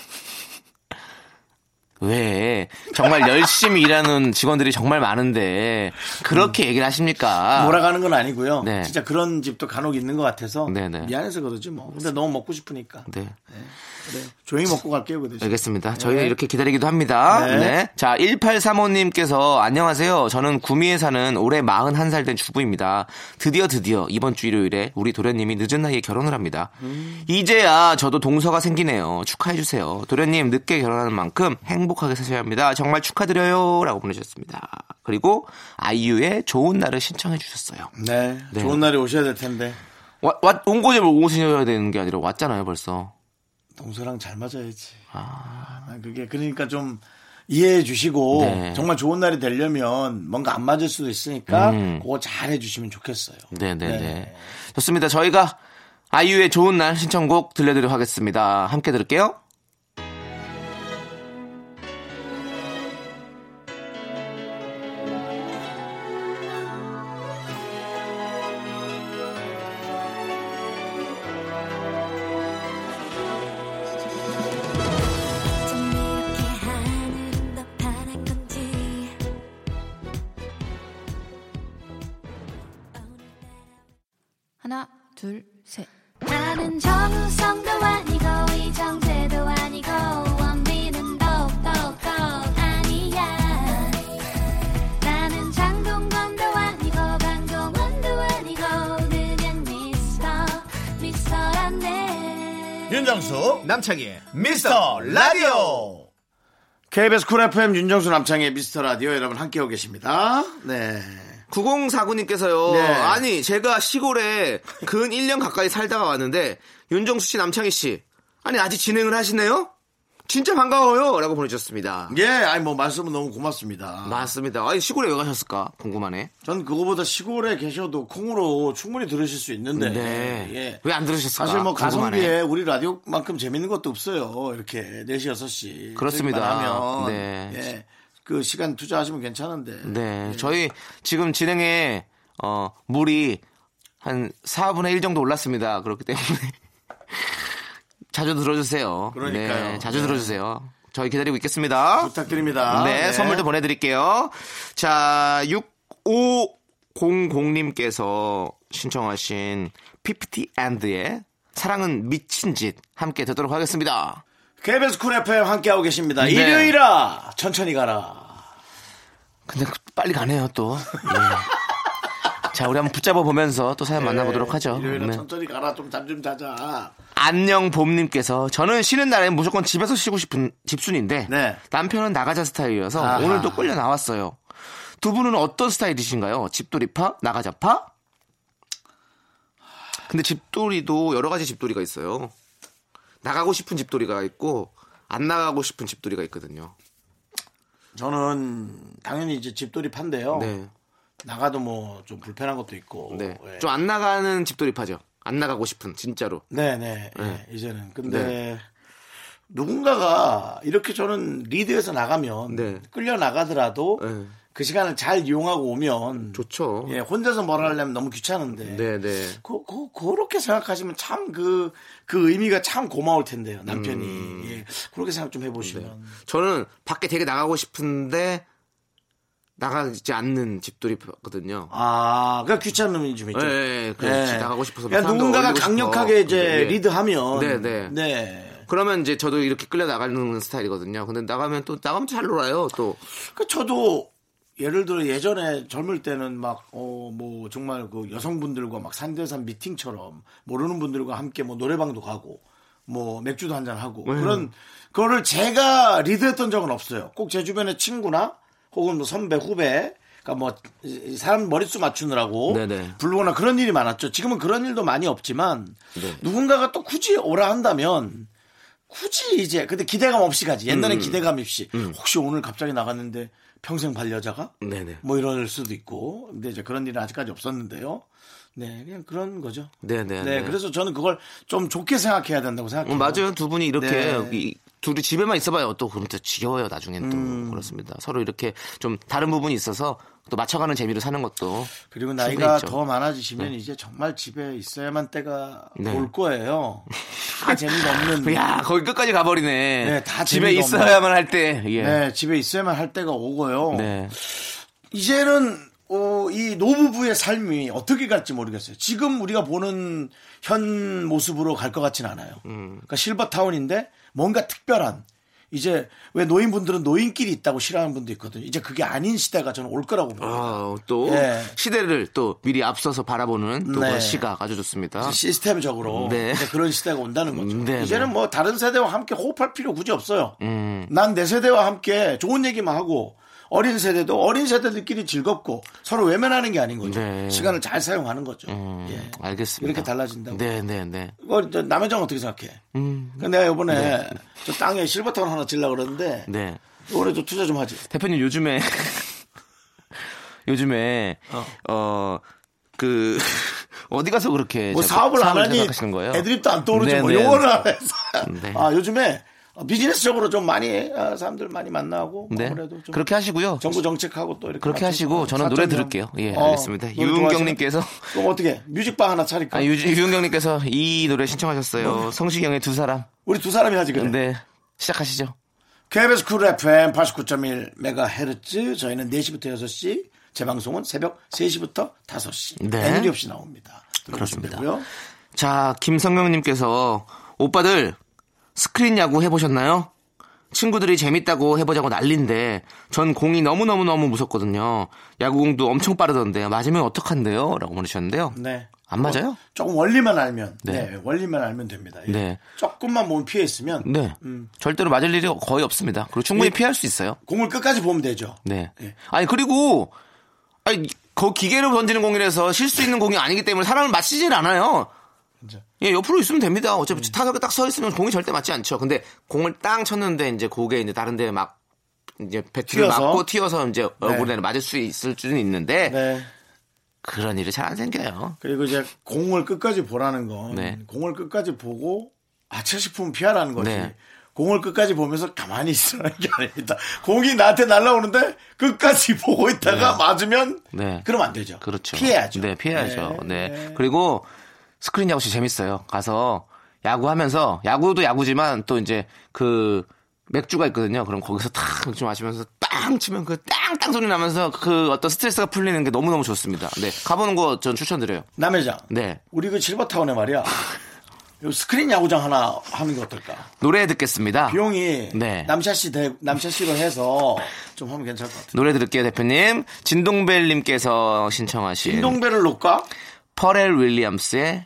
[SPEAKER 2] 왜 정말 열심히 일하는 직원들이 정말 많은데 그렇게 얘기를 하십니까?
[SPEAKER 1] 몰아가는 건 아니고요.
[SPEAKER 2] 네.
[SPEAKER 1] 진짜 그런 집도 간혹 있는 것 같아서
[SPEAKER 2] 네네.
[SPEAKER 1] 미안해서 그러지 뭐. 근데 너무 먹고 싶으니까
[SPEAKER 2] 네,
[SPEAKER 1] 조용히 먹고 갈게요 그 대신.
[SPEAKER 2] 알겠습니다. 저희는 이렇게 기다리기도 합니다.
[SPEAKER 1] 네.
[SPEAKER 2] 네. 자, 1835님께서 안녕하세요. 저는 구미에 사는 올해 41살 된 주부입니다. 드디어 드디어 이번 주 일요일에 우리 도련님이 늦은 나이에 결혼을 합니다. 이제야 저도 동서가 생기네요. 축하해주세요. 도련님 늦게 결혼하는 만큼 행복하게 사셔야 합니다. 정말 축하드려요. 라고 보내주셨습니다. 그리고 아이유의 좋은 날을 신청해주셨어요.
[SPEAKER 1] 네.
[SPEAKER 2] 네.
[SPEAKER 1] 좋은 날이 오셔야 될 텐데.
[SPEAKER 2] 와, 와, 온 거지 뭐 오시려야 되는 게 아니라 왔잖아요 벌써
[SPEAKER 1] 동서랑 잘 맞아야지. 아, 그게 그러니까 좀 이해해 주시고
[SPEAKER 2] 네.
[SPEAKER 1] 정말 좋은 날이 되려면 뭔가 안 맞을 수도 있으니까
[SPEAKER 2] 음.
[SPEAKER 1] 그거 잘 해주시면 좋겠어요.
[SPEAKER 2] 네네네
[SPEAKER 1] 네.
[SPEAKER 2] 좋습니다 저희가 아이유의 좋은 날 신청곡 들려드리도록 하겠습니다 함께 들을게요
[SPEAKER 6] 어쩜 이렇게 하늘은 더 파란 건지
[SPEAKER 9] 하나, 둘, 셋.
[SPEAKER 6] 나는 정우성도 아니고 이정재도 아니고 원빈은 더욱더 아니야 나는 장동건도 아니고 강동원도 아니고 그냥 미스터 미스터란데
[SPEAKER 1] 윤정수
[SPEAKER 2] 남창희의
[SPEAKER 1] 미스터 라디오. KBS 쿨 FM 윤정수 남창의 미스터 라디오 여러분 함께하고 계십니다. 네.
[SPEAKER 2] 9049님께서요
[SPEAKER 1] 네.
[SPEAKER 2] 아니 제가 시골에 근 1년 가까이 살다가 왔는데 윤정수 씨 남창희 씨 아니 아직 진행을 하시네요 진짜 반가워요 라고 보내주셨습니다
[SPEAKER 1] 예, 아니 뭐 말씀은 너무 고맙습니다.
[SPEAKER 2] 맞습니다 아니 시골에 왜 가셨을까 궁금하네
[SPEAKER 1] 전 그거보다 시골에 계셔도 콩으로 충분히 들으실 수
[SPEAKER 2] 네.
[SPEAKER 1] 있는데. 예.
[SPEAKER 2] 네왜 안 들으셨을까
[SPEAKER 1] 사실 뭐
[SPEAKER 2] 아, 궁금하네.
[SPEAKER 1] 가성비에 우리 라디오만큼 재밌는 것도 없어요. 이렇게 4시, 6시.
[SPEAKER 2] 그렇습니다.
[SPEAKER 1] 하면
[SPEAKER 2] 네.
[SPEAKER 1] 예. 그 시간 투자하시면 괜찮은데.
[SPEAKER 2] 네, 저희 지금 진행에 어, 물이 한 4분의 1 정도 올랐습니다. 그렇기 때문에 <laughs> 자주 들어주세요.
[SPEAKER 1] 그러니까요.
[SPEAKER 2] 네, 자주
[SPEAKER 1] 네.
[SPEAKER 2] 들어주세요. 저희 기다리고 있겠습니다.
[SPEAKER 1] 부탁드립니다.
[SPEAKER 2] 네, 선물도 보내드릴게요. 자, 6500님께서 신청하신 피프티 앤드의 사랑은 미친 짓 함께 듣도록 하겠습니다.
[SPEAKER 1] KBS 쿨 FM 함께하고 계십니다.
[SPEAKER 2] 네.
[SPEAKER 1] 일요일아, 천천히 가라.
[SPEAKER 2] 근데 그- 빨리 가네요 또. 예. 자 우리 한번 붙잡아 보면서 또 사연 만나보도록 하죠.
[SPEAKER 1] 예, 일요일은
[SPEAKER 2] 네.
[SPEAKER 1] 천천히 가라 좀 잠 좀 자자.
[SPEAKER 2] 안녕 봄님께서 저는 쉬는 날엔 무조건 집에서 쉬고 싶은 집순인데
[SPEAKER 1] 네.
[SPEAKER 2] 남편은 나가자 스타일이어서
[SPEAKER 1] 아하.
[SPEAKER 2] 오늘도 끌려 나왔어요. 두 분은 어떤 스타일이신가요? 집돌이파? 나가자파? 근데 집돌이도 여러 가지 집돌이가 있어요. 나가고 싶은 집돌이가 있고 안 나가고 싶은 집돌이가 있거든요.
[SPEAKER 1] 저는 당연히 이제 집돌이 판데요.
[SPEAKER 2] 네.
[SPEAKER 1] 나가도 뭐 좀 불편한 것도 있고.
[SPEAKER 2] 네.
[SPEAKER 1] 예.
[SPEAKER 2] 좀 안 나가는 집돌이파죠. 안 나가고 싶은 진짜로.
[SPEAKER 1] 네네. 예, 이제는. 근데 누군가가 이렇게 저는 리드해서 나가면
[SPEAKER 2] 네.
[SPEAKER 1] 끌려 나가더라도
[SPEAKER 2] 네.
[SPEAKER 1] 그 시간을 잘 이용하고 오면
[SPEAKER 2] 좋죠.
[SPEAKER 1] 예, 혼자서 뭘 하려면 너무 귀찮은데.
[SPEAKER 2] 네, 네.
[SPEAKER 1] 그, 그, 그렇게 생각하시면 참 그, 그 의미가 참 고마울 텐데요, 남편이.
[SPEAKER 2] 음.
[SPEAKER 1] 예. 그렇게 생각 좀 해보시면.
[SPEAKER 2] 네. 저는 밖에 되게 나가고 싶은데 나가지 않는 집돌이거든요.
[SPEAKER 1] 아, 그러니까 귀찮음이 좀 있죠.
[SPEAKER 2] 예, 예, 그
[SPEAKER 1] 예.
[SPEAKER 2] 진짜 나가고 싶어서
[SPEAKER 1] 그냥
[SPEAKER 2] 사람들
[SPEAKER 1] 누군가가
[SPEAKER 2] 어울리고 싶어.
[SPEAKER 1] 강력하게 이제
[SPEAKER 2] 예.
[SPEAKER 1] 리드하면.
[SPEAKER 2] 네, 네.
[SPEAKER 1] 네.
[SPEAKER 2] 그러면 이제 저도 이렇게 끌려 나가는 스타일이거든요. 근데 나가면 또 나가면 잘 놀아요. 또
[SPEAKER 1] 그 저도 예를 들어 예전에 젊을 때는 막, 어, 뭐 정말 그 여성분들과 막 산대산 미팅처럼 모르는 분들과 함께 뭐 노래방도 가고 뭐 맥주도 한잔 하고
[SPEAKER 2] 네.
[SPEAKER 1] 그런 그거를 제가 리드했던 적은 없어요. 꼭 제 주변에 친구나 혹은 뭐 선배 후배 그러니까 뭐 이- 이 사람 머릿수 맞추느라고
[SPEAKER 2] 네네.
[SPEAKER 1] 부르거나 그런 일이 많았죠. 지금은 그런 일도 많이 없지만
[SPEAKER 2] 네.
[SPEAKER 1] 누군가가 또 굳이 오라 한다면 굳이 이제 근데 기대감 없이 가지.
[SPEAKER 2] 음.
[SPEAKER 1] 옛날엔 기대감 없이 혹시 오늘 갑자기 나갔는데 평생 반려자가
[SPEAKER 2] 네네.
[SPEAKER 1] 뭐 이럴 수도 있고 근데 이제 그런 일은 아직까지 없었는데요. 네 그냥 그런 거죠.
[SPEAKER 2] 네네.
[SPEAKER 1] 네, 그래서 저는 그걸 좀 좋게 생각해야 된다고 생각해요.
[SPEAKER 2] 음, 맞아요. 두 분이 이렇게
[SPEAKER 1] 네.
[SPEAKER 2] 여기 둘이 집에만 있어봐요. 또 그럼 또 지겨워요. 나중엔 또
[SPEAKER 1] 음.
[SPEAKER 2] 그렇습니다. 서로 이렇게 좀 다른 부분이 있어서 또 맞춰가는 재미로 사는 것도
[SPEAKER 1] 그리고
[SPEAKER 2] 충분히
[SPEAKER 1] 나이가
[SPEAKER 2] 있죠.
[SPEAKER 1] 더 많아지시면 이제 정말 집에 있어야만 때가
[SPEAKER 2] 네.
[SPEAKER 1] 올 거예요. 다 재미가 없는.
[SPEAKER 2] <laughs> 야 거기 끝까지 가버리네.
[SPEAKER 1] 네, 다
[SPEAKER 2] 집에
[SPEAKER 1] 재미가
[SPEAKER 2] 있어야만 할 때. 예.
[SPEAKER 1] 네, 집에 있어야만 할 때가 오고요.
[SPEAKER 2] 네.
[SPEAKER 1] 이제는 어, 이 노부부의 삶이 어떻게 갈지 모르겠어요. 지금 우리가 보는 현 모습으로 갈 것 같진 않아요.
[SPEAKER 2] 음.
[SPEAKER 1] 그러니까 실버타운인데 뭔가 특별한 이제 왜 노인분들은 노인끼리 있다고 싫어하는 분도 있거든요. 이제 그게 아닌 시대가 저는 올 거라고 봅니다.
[SPEAKER 2] 아, 또
[SPEAKER 1] 예.
[SPEAKER 2] 시대를 또 미리 앞서서 바라보는 또
[SPEAKER 1] 네.
[SPEAKER 2] 그런 시각 아주 좋습니다.
[SPEAKER 1] 시스템적으로
[SPEAKER 2] 네.
[SPEAKER 1] 이제 그런 시대가 온다는 거죠.
[SPEAKER 2] 음, 네,
[SPEAKER 1] 이제는
[SPEAKER 2] 네.
[SPEAKER 1] 뭐 다른 세대와 함께 호흡할 필요 굳이 없어요.
[SPEAKER 2] 음.
[SPEAKER 1] 난 내 세대와 함께 좋은 얘기만 하고 어린 세대도 어린 세대들끼리 즐겁고 서로 외면하는 게 아닌 거죠.
[SPEAKER 2] 네.
[SPEAKER 1] 시간을 잘 사용하는 거죠.
[SPEAKER 2] 음,
[SPEAKER 1] 예.
[SPEAKER 2] 알겠습니다.
[SPEAKER 1] 이렇게 달라진다고.
[SPEAKER 2] 네, 네, 네.
[SPEAKER 1] 이거 저 남현정 어떻게 생각해?
[SPEAKER 2] 음.
[SPEAKER 1] 그 내가 이번에 저 땅에 실버타운 하나 질라 그러는데
[SPEAKER 2] 네.
[SPEAKER 1] 올해 좀 투자 좀 하지.
[SPEAKER 2] 대표님 요즘에 <laughs> 요즘에 어 그 <laughs> 어디 가서 그렇게
[SPEAKER 1] 뭐
[SPEAKER 2] 자꾸
[SPEAKER 1] 사업을 안 하니
[SPEAKER 2] 생각하시는 거예요?
[SPEAKER 1] 애드립도 안 떠오르지
[SPEAKER 2] 네,
[SPEAKER 1] 뭐
[SPEAKER 2] 네.
[SPEAKER 1] 용어를 안 해서.
[SPEAKER 2] 네.
[SPEAKER 1] 아 요즘에 비즈니스적으로 좀 많이 아, 사람들 많이 만나고 뭐
[SPEAKER 2] 네.
[SPEAKER 1] 아무래도 좀
[SPEAKER 2] 그렇게 하시고요.
[SPEAKER 1] 정부 정책하고 또 이렇게
[SPEAKER 2] 그렇게
[SPEAKER 1] 맞춰서
[SPEAKER 2] 하시고 저는 노래
[SPEAKER 1] 사전형.
[SPEAKER 2] 들을게요. 예,
[SPEAKER 1] 어,
[SPEAKER 2] 알겠습니다.
[SPEAKER 1] 노래 좋아하시면
[SPEAKER 2] 유은경님께서
[SPEAKER 1] 그럼 어떻게 뮤직바 하나 차릴까?
[SPEAKER 2] 아, 유, 유은경님께서 이 노래
[SPEAKER 1] 뭐?
[SPEAKER 2] 신청하셨어요. 성시경의 두 사람.
[SPEAKER 1] 우리 두 사람이 하지 그래.
[SPEAKER 2] 네. 시작하시죠.
[SPEAKER 1] KBS 쿨 FM 89.1MHz 저희는 4시부터 6시 재방송은 새벽 3시부터 5시
[SPEAKER 2] 네.
[SPEAKER 1] 애들이 없이 나옵니다.
[SPEAKER 2] 그렇습니다.
[SPEAKER 1] 고요
[SPEAKER 2] 자, 김성명님께서 오빠들 스크린 야구 해보셨나요? 친구들이 재밌다고 해보자고 난린데 전 공이 너무너무너무 무섭거든요. 야구공도 엄청 빠르던데 맞으면 어떡한데요? 라고 보내주셨는데요.
[SPEAKER 1] 네.
[SPEAKER 2] 안 맞아요?
[SPEAKER 1] 조금 원리만 알면 네.
[SPEAKER 2] 네.
[SPEAKER 1] 원리만 알면 됩니다. 예.
[SPEAKER 2] 네.
[SPEAKER 1] 조금만 몸 피해 있으면
[SPEAKER 2] 네. 절대로 맞을 일이 거의 없습니다. 그리고 충분히
[SPEAKER 1] 이-
[SPEAKER 2] 피할 수 있어요.
[SPEAKER 1] 공을 끝까지 보면 되죠.
[SPEAKER 2] 네.
[SPEAKER 1] 예.
[SPEAKER 2] 아니, 그리고, 아니, 그 기계로 던지는 공이라서 실수 있는 공이 아니기 때문에 사람을 맞히질 않아요. 예, 옆으로 있으면 됩니다. 어차피
[SPEAKER 1] 음.
[SPEAKER 2] 타격에 딱 서 있으면 공이 절대 맞지 않죠. 근데 공을 땅 쳤는데 이제 그게 이제 다른 데에 막 이제 배트를
[SPEAKER 1] 튀어서?
[SPEAKER 2] 맞고 튀어서 이제 얼굴에 맞을 수 있을 수는 있는데
[SPEAKER 1] 네.
[SPEAKER 2] 그런 일이 잘 안 생겨요.
[SPEAKER 1] 그리고 이제 공을 끝까지 보라는 건
[SPEAKER 2] 네.
[SPEAKER 1] 공을 끝까지 보고 아차 싶으면 피하라는 거지.
[SPEAKER 2] 네.
[SPEAKER 1] 공을 끝까지 보면서 가만히 있으라는 게 아닙니다. 공이 나한테 날라오는데 끝까지 <laughs> 보고 있다가
[SPEAKER 2] 네.
[SPEAKER 1] 맞으면
[SPEAKER 2] 네.
[SPEAKER 1] 그럼 안 되죠.
[SPEAKER 2] 그렇죠.
[SPEAKER 1] 피해야죠.
[SPEAKER 2] 네, 피해야죠. 네.
[SPEAKER 1] 네.
[SPEAKER 2] 그리고 스크린 야구 진짜 재밌어요. 가서 야구 하면서 야구도 야구지만 또 이제 그 맥주가 있거든요. 그럼 거기서 탁 맥주 마시면서 빵 치면 그 땅땅 소리 나면서 그 어떤 스트레스가 풀리는 게 너무너무 좋습니다. 네. 가보는 거 전 추천드려요.
[SPEAKER 1] 남회장.
[SPEAKER 2] 네. <laughs>
[SPEAKER 1] 우리 그 실버타운에 말이야. 요 스크린 야구장 하나 하는 게 어떨까?
[SPEAKER 2] 노래 듣겠습니다.
[SPEAKER 1] 비용이
[SPEAKER 2] 네.
[SPEAKER 1] 남샤 씨 대, 남샤 씨로 해서 좀 하면 괜찮을 것 같아요.
[SPEAKER 2] 노래 들을게요, 대표님. 진동벨님께서 신청하신
[SPEAKER 1] 인동배를 놓을까?
[SPEAKER 2] 퍼렐 윌리엄스의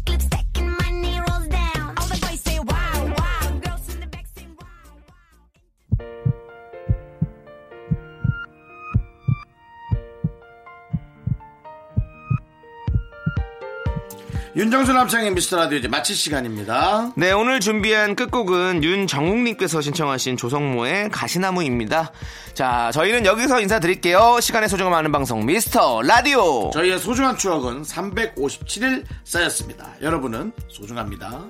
[SPEAKER 6] lipstick and my knee rolls down. All the boys say wow, wow. Girls in the back say wow, wow.
[SPEAKER 1] 윤정수 남창의 미스터 라디오 이제 마칠 시간입니다.
[SPEAKER 2] 네, 오늘 준비한 끝곡은 윤정국님께서 신청하신 조성모의 가시나무입니다. 자, 저희는 여기서 인사드릴게요. 시간의 소중함 아는 방송 미스터 라디오.
[SPEAKER 1] 저희의 소중한 추억은 357일 쌓였습니다. 여러분은 소중합니다.